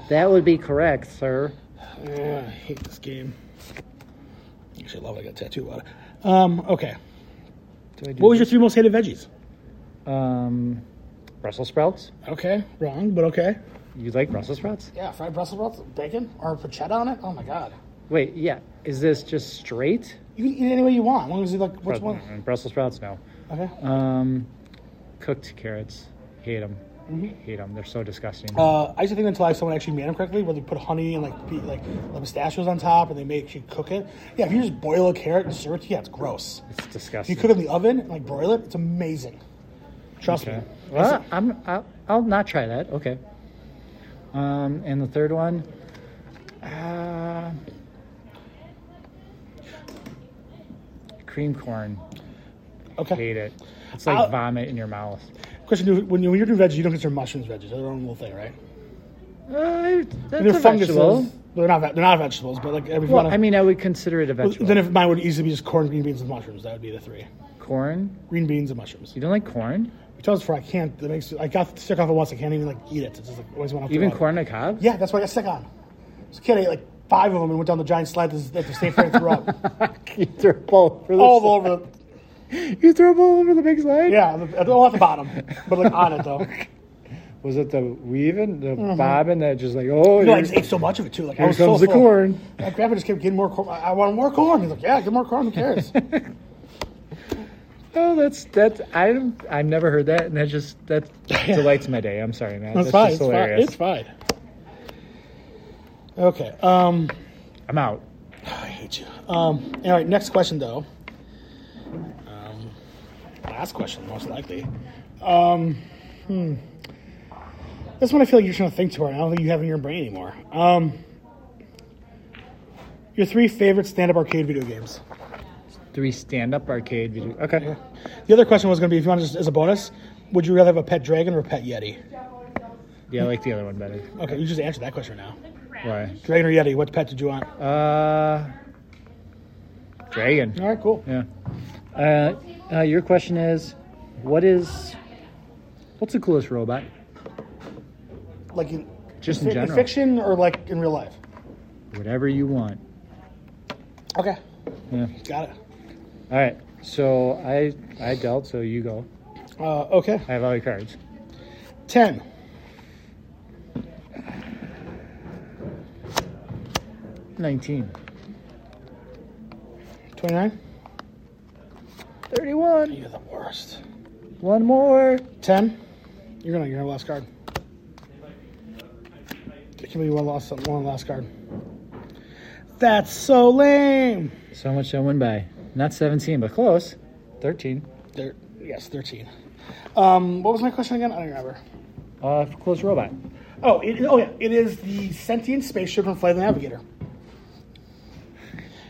Speaker 1: That would be correct, sir.
Speaker 3: Oh, I hate this game. Actually, I love it. I got a tattoo about it. Um, okay.
Speaker 1: Do I do
Speaker 3: What was your three most hated veggies?
Speaker 1: um, Brussels sprouts?
Speaker 3: Okay, wrong, but okay.
Speaker 1: You like Brussels sprouts?
Speaker 3: Yeah, fried Brussels sprouts, bacon, or pancetta on it. Oh my god.
Speaker 1: Wait, yeah. Is this just straight?
Speaker 3: You can eat it any way you want. As long as you like, which
Speaker 1: Brus-
Speaker 3: one?
Speaker 1: mm, Brussels sprouts? No.
Speaker 3: Okay.
Speaker 1: Um, cooked carrots. Hate them. Hate them. They're so disgusting.
Speaker 3: Uh, I used to think until I someone actually made them correctly, where they put honey and like pe- like the pistachios on top, and they make you cook it. Yeah, if you just boil a carrot and serve it, yeah, it's gross.
Speaker 1: it's
Speaker 3: If you
Speaker 1: disgusting.
Speaker 3: cook it in the oven and like broil it, it's amazing. Trust
Speaker 1: Okay.
Speaker 3: me.
Speaker 1: Well, Uh, I'm, I'll, I'll not try that. Okay. Um, and the third one, uh, cream corn.
Speaker 3: Okay.
Speaker 1: Hate it. It's like
Speaker 3: I'll-
Speaker 1: vomit in your mouth.
Speaker 3: Question: do- When you when you're doing veggies, you don't consider mushrooms veggies. They're their own little thing, right?
Speaker 1: Uh, that's
Speaker 3: they're
Speaker 1: a vegetable.
Speaker 3: funguses. They're not. ve- They're not vegetables, but like if you
Speaker 1: Well,
Speaker 3: want
Speaker 1: I mean, I would consider it a vegetable.
Speaker 3: then if mine would easily be just corn, green beans, and mushrooms, that would be the three:
Speaker 1: corn.
Speaker 3: green beans and mushrooms.
Speaker 1: You don't like corn?
Speaker 3: Which I was for I can't. That makes I got sick off it once. I can't even like eat it. It's just like always want to
Speaker 1: Even corn on the cob?
Speaker 3: Yeah, that's what I got sick on. So kid I ate like five of them and went down the giant slide at the at the state fair and threw up
Speaker 1: you throw them all over the
Speaker 3: all over. The,
Speaker 1: You throw them all over the big slide?
Speaker 3: yeah, the, at the- all at the bottom, but like on it though.
Speaker 1: Was it the weaving, the bobbing that just like, oh,
Speaker 3: No, I
Speaker 1: you're-
Speaker 3: just ate so much of it too. Like I
Speaker 1: Here
Speaker 3: was so
Speaker 1: comes the
Speaker 3: full.
Speaker 1: corn.
Speaker 3: My grandpa just kept getting more corn. I, I want more corn. He's like, yeah, get more corn. Who cares?
Speaker 1: Oh, that's that's I don't- I've never heard that, and that just that delights my day. I'm sorry, man. That's,
Speaker 3: That's fine.
Speaker 1: just
Speaker 3: it's fine.
Speaker 1: hilarious.
Speaker 3: It's fine. Okay. Um,
Speaker 1: I'm out.
Speaker 3: I hate you. Um, all right. Next question, though. Um, last question, most likely. Um, hmm. This one I feel like you're trying to think toward. I don't think you have it in your brain anymore. Um, your three favorite stand-up arcade video games.
Speaker 1: Three stand-up arcade video. Okay.
Speaker 3: The other question was going to be, if you want to just as a bonus, would you rather have a pet dragon or a pet yeti?
Speaker 1: Yeah, I like the other one better.
Speaker 3: Okay, you just answered that question now.
Speaker 1: Why?
Speaker 3: Dragon or yeti? What pet did you want?
Speaker 1: Uh, dragon.
Speaker 3: All right, cool.
Speaker 1: Yeah. Uh, uh, your question is, what is, what's the coolest robot?
Speaker 3: Like in
Speaker 1: Just
Speaker 3: in,
Speaker 1: in
Speaker 3: fi- in
Speaker 1: general.
Speaker 3: fiction or like in real life.
Speaker 1: Whatever you want.
Speaker 3: Okay,
Speaker 1: Yeah.
Speaker 3: got it.
Speaker 1: All right. So I I dealt. So you go.
Speaker 3: Uh, okay,
Speaker 1: I have all your cards.
Speaker 3: ten.
Speaker 1: Nineteen.
Speaker 3: 29?
Speaker 1: Thirty-one.
Speaker 3: You're the worst.
Speaker 1: One more.
Speaker 3: 10? You're gonna, you're gonna last card. can't believe one lost one last card. That's so lame.
Speaker 1: So much I win by. Not 17, but close. 13.
Speaker 3: Thir- yes, thirteen. Um, what was my question again? I don't remember.
Speaker 1: Uh, close robot.
Speaker 3: Oh, it, oh yeah, it is the sentient spaceship from Flight of the Navigator.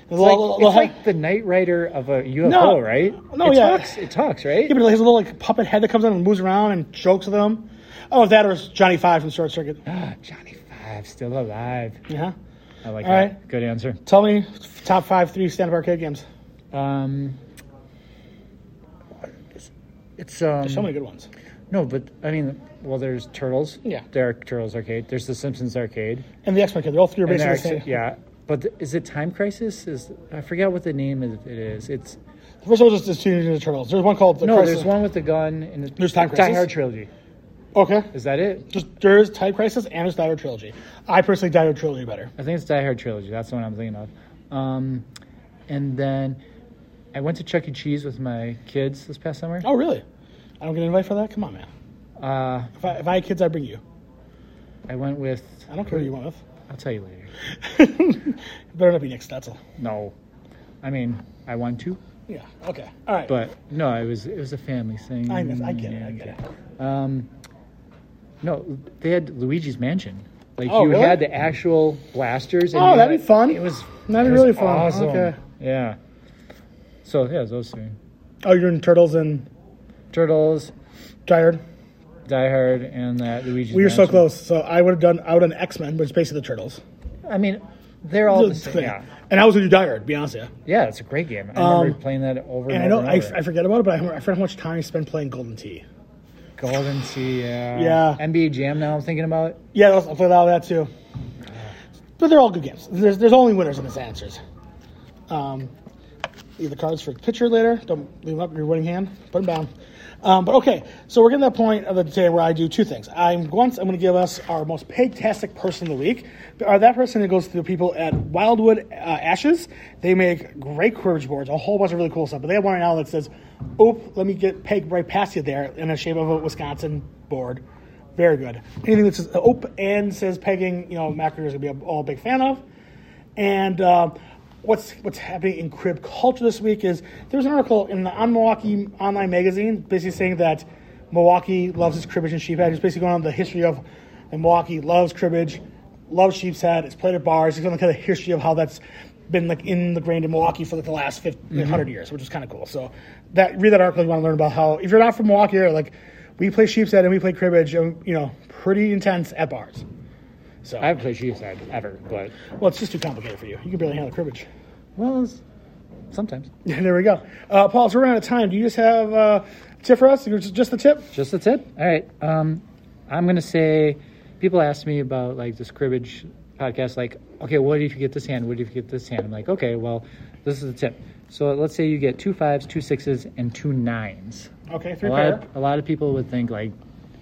Speaker 1: It's, like, it's like the Knight Rider of a UFO,
Speaker 3: No.
Speaker 1: right?
Speaker 3: No,
Speaker 1: it
Speaker 3: yeah.
Speaker 1: Talks, it talks, right?
Speaker 3: Yeah, but it has a little like puppet head that comes in and moves around and jokes with them. Oh, that or it's Johnny Five from Short Circuit.
Speaker 1: Ah, Johnny Five still alive.
Speaker 3: Yeah.
Speaker 1: I like
Speaker 3: All
Speaker 1: that.
Speaker 3: right.
Speaker 1: Good answer.
Speaker 3: Tell me top five three stand up arcade games.
Speaker 1: Um, it's um,
Speaker 3: So many good ones.
Speaker 1: no, but I mean, well, there's Turtles.
Speaker 3: Yeah.
Speaker 1: there are Turtles arcade. There's the Simpsons arcade.
Speaker 3: And the X Men kid, they're all three are
Speaker 1: And
Speaker 3: basically the
Speaker 1: there are-
Speaker 3: same.
Speaker 1: yeah, but th- is it Time Crisis? Is I forget what the name of it is. It's
Speaker 3: The first one was just the Teenage Ninja Turtles. There's one called the
Speaker 1: no,
Speaker 3: Crisis-
Speaker 1: there's one with the gun and it-
Speaker 3: There's Time
Speaker 1: Die
Speaker 3: Crisis?
Speaker 1: Hard trilogy.
Speaker 3: Okay.
Speaker 1: Is that it?
Speaker 3: Just there's Type Crisis and there's Die Hard Trilogy. I personally Die Hard Trilogy better.
Speaker 1: I think it's Die Hard trilogy. That's the one I'm thinking of. Um, and then I went to Chuck E. Cheese with my kids this past summer.
Speaker 3: Oh really? I don't get an invite for that? Come on, man.
Speaker 1: Uh,
Speaker 3: If I, if I had kids, I'd bring you.
Speaker 1: I went with.
Speaker 3: I don't care who you went with.
Speaker 1: I'll tell you later.
Speaker 3: It better not be Nick Stetzel.
Speaker 1: No, I mean I want to,
Speaker 3: Yeah. Okay. All right.
Speaker 1: but no, it was it was a family thing.
Speaker 3: I, I get it. I get it.
Speaker 1: Um, no, they had Luigi's Mansion. Like
Speaker 3: Oh,
Speaker 1: you
Speaker 3: really?
Speaker 1: had the actual blasters. And
Speaker 3: Oh,
Speaker 1: you
Speaker 3: that'd
Speaker 1: had-
Speaker 3: be fun.
Speaker 1: It was
Speaker 3: That'd
Speaker 1: it
Speaker 3: be
Speaker 1: was
Speaker 3: really fun.
Speaker 1: Awesome.
Speaker 3: Okay.
Speaker 1: Yeah. So yeah, those three:
Speaker 3: Oh, you're in Turtles and
Speaker 1: Turtles,
Speaker 3: Tired.
Speaker 1: Die Hard, and that Luigi's.
Speaker 3: We were so
Speaker 1: Mansion.
Speaker 3: close. So I would have done. I would have done X Men, but it's basically the Turtles.
Speaker 1: I mean, they're all the
Speaker 3: Just
Speaker 1: same.
Speaker 3: thing.
Speaker 1: Yeah.
Speaker 3: And I was gonna do Die Hard, to be honest with you.
Speaker 1: yeah, it's a great game. I remember
Speaker 3: Um,
Speaker 1: playing that over and,
Speaker 3: And I know
Speaker 1: over
Speaker 3: I,
Speaker 1: and over.
Speaker 3: I forget about it, but I, remember- I forget how much time I spent playing Golden Tee.
Speaker 1: Golden Sea. Yeah.
Speaker 3: Yeah.
Speaker 1: NBA Jam. Now I'm thinking about.
Speaker 3: Yeah, I'll play that, that too. But they're all good games. There's there's only winners and answers. Um, leave the cards for the pitcher later. Don't leave them up in your winning hand. Put them down. Um, but okay, so we're getting to that point of the day where I do two things. I'm once I'm going to give us our most pig-tastic person of the week. Or that person that goes to the people at Wildwood uh, Ashes. They make great cribbage boards, a whole bunch of really cool stuff. But they have one right now that says, "Oop, let me get peg right past you there" in the shape of a Wisconsin board. Very good. Anything that says "oop" and says pegging, you know, Macker is going to be a, all a big fan of. And uh, what's what's happening in crib culture this week is there's an article in the on Milwaukee online magazine basically saying that Milwaukee loves its cribbage and sheephead. It's basically going on the history of and Milwaukee loves cribbage, loves sheep's head. It's played at bars. It's going to kind of history of how that's been like in the grain in Milwaukee for like the last 50, 100 years, which is kind of cool. So that read that article. if You want to learn about how if you're not from Milwaukee, area, like we play sheep's head and we play cribbage, and, you know, pretty intense at bars. So
Speaker 1: I haven't played Chiefs side ever, but
Speaker 3: well, it's just too complicated for you. You can barely handle cribbage.
Speaker 1: well, it's- sometimes
Speaker 3: there we go. Uh, Paul, so we're out of time. Do you just have uh, a tip for us? You Just just the tip?
Speaker 1: Just a tip. All right. Um, I'm gonna say, people ask me about like this cribbage podcast. Like, okay, what if you get this hand? What if you get this hand? I'm like, okay, well, this is the tip. So let's say you get two fives, two sixes, and two nines.
Speaker 3: Okay, three
Speaker 1: A lot,
Speaker 3: pair.
Speaker 1: of, a lot of people would think like,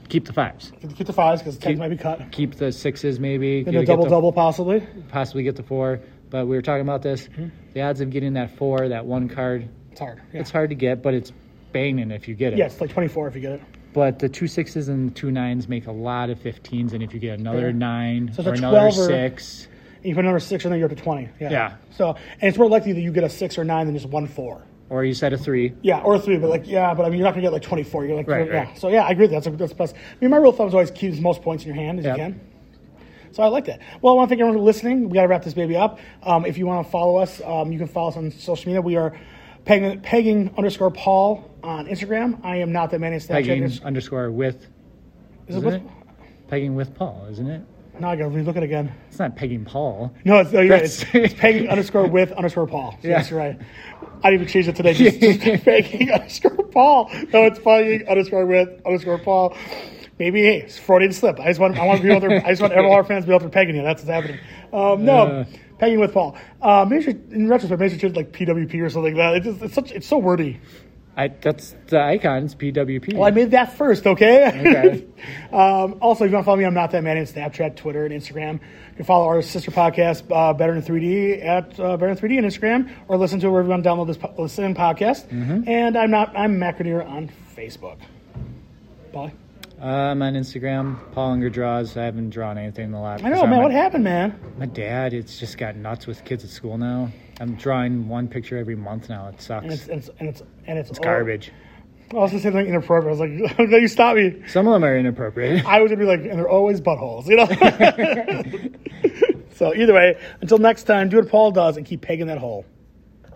Speaker 1: keep the fives,
Speaker 3: Keep the- Keep the fives because the tens might be cut.
Speaker 1: keep the sixes, maybe
Speaker 3: And
Speaker 1: you
Speaker 3: a
Speaker 1: get
Speaker 3: double
Speaker 1: the-
Speaker 3: double possibly.
Speaker 1: possibly get the four. But we were talking about this. The odds of getting that four, that one card,
Speaker 3: It's hard. Mm-hmm. Yeah.
Speaker 1: it's hard to get, but it's banging if you get it.
Speaker 3: yeah, it's like 24 if you get it.
Speaker 1: But the two sixes and two nines make a lot of 15s, and if you get another
Speaker 3: Fair.
Speaker 1: nine
Speaker 3: So it's
Speaker 1: or
Speaker 3: a
Speaker 1: another
Speaker 3: 12 or-
Speaker 1: six,
Speaker 3: And you put another six and then you're up to 20. Yeah.
Speaker 1: Yeah.
Speaker 3: So, and it's more likely that you get a six or nine than just one four.
Speaker 1: or you set a three,
Speaker 3: Yeah, or three, but like, yeah, but I mean, you're not gonna get like 24. You're like,
Speaker 1: Right,
Speaker 3: yeah.
Speaker 1: right.
Speaker 3: So yeah, I agree. That's a, that's the best. I mean, my rule of thumb is always keep as most points in your hand as
Speaker 1: Yep.
Speaker 3: you can. So I like that. Well, I want to thank everyone for listening. We got to wrap this baby up. Um, if you want to follow us, um, you can follow us on social media. We are pegging, pegging underscore Paul on Instagram. I am not that man in Snapchat.
Speaker 1: pegging
Speaker 3: Is,
Speaker 1: underscore with,
Speaker 3: is it,
Speaker 1: isn't
Speaker 3: what-
Speaker 1: it? Pegging with Paul, isn't it?
Speaker 3: Now I got to relook it again.
Speaker 1: It's not pegging Paul.
Speaker 3: No, it's, no, you're right. It's,
Speaker 1: That's-
Speaker 3: it's pegging underscore with underscore Paul. So
Speaker 1: Yeah.
Speaker 3: That's right. I didn't even change it today. Just, just pegging underscore Paul. No, it's pegging underscore with underscore Paul. Maybe hey, it's Freudian slip. I just want I want to be other. I just want all our fans to be able to pegging you. That's what's happening. Um, no,
Speaker 1: Uh.
Speaker 3: pegging with Paul. Uh, maybe you should, in retrospect, maybe you should like PWP or something like that. It's, just, it's such it's so wordy.
Speaker 1: I, that's the icon. It's PWP.
Speaker 3: Well, I made that first, okay?
Speaker 1: Okay.
Speaker 3: um, also, if you want to follow me, I'm not that man in Snapchat, Twitter, and Instagram. You can follow our sister podcast, uh, Better Than 3D, at uh, Better Than 3D on Instagram, or listen to it wherever you want to download this po-
Speaker 1: Mm-hmm.
Speaker 3: listen podcast. And I'm not I'm Macrineer on Facebook. Bye.
Speaker 1: Uh, I'm on Instagram. Paul Unger draws. I haven't drawn anything in the last.
Speaker 3: I know, man. What happened, man?
Speaker 1: My dad, it's just got nuts with kids at school now. I'm drawing one picture every month now. It sucks.
Speaker 3: And it's
Speaker 1: It's,
Speaker 3: and it's and it's, and it's, all-
Speaker 1: garbage.
Speaker 3: I was gonna say something inappropriate. I was like, no, you stop me.
Speaker 1: Some of them are inappropriate.
Speaker 3: I was gonna be like, and they're always buttholes, you know. so either way, until next time, do what Paul does and keep pegging that hole.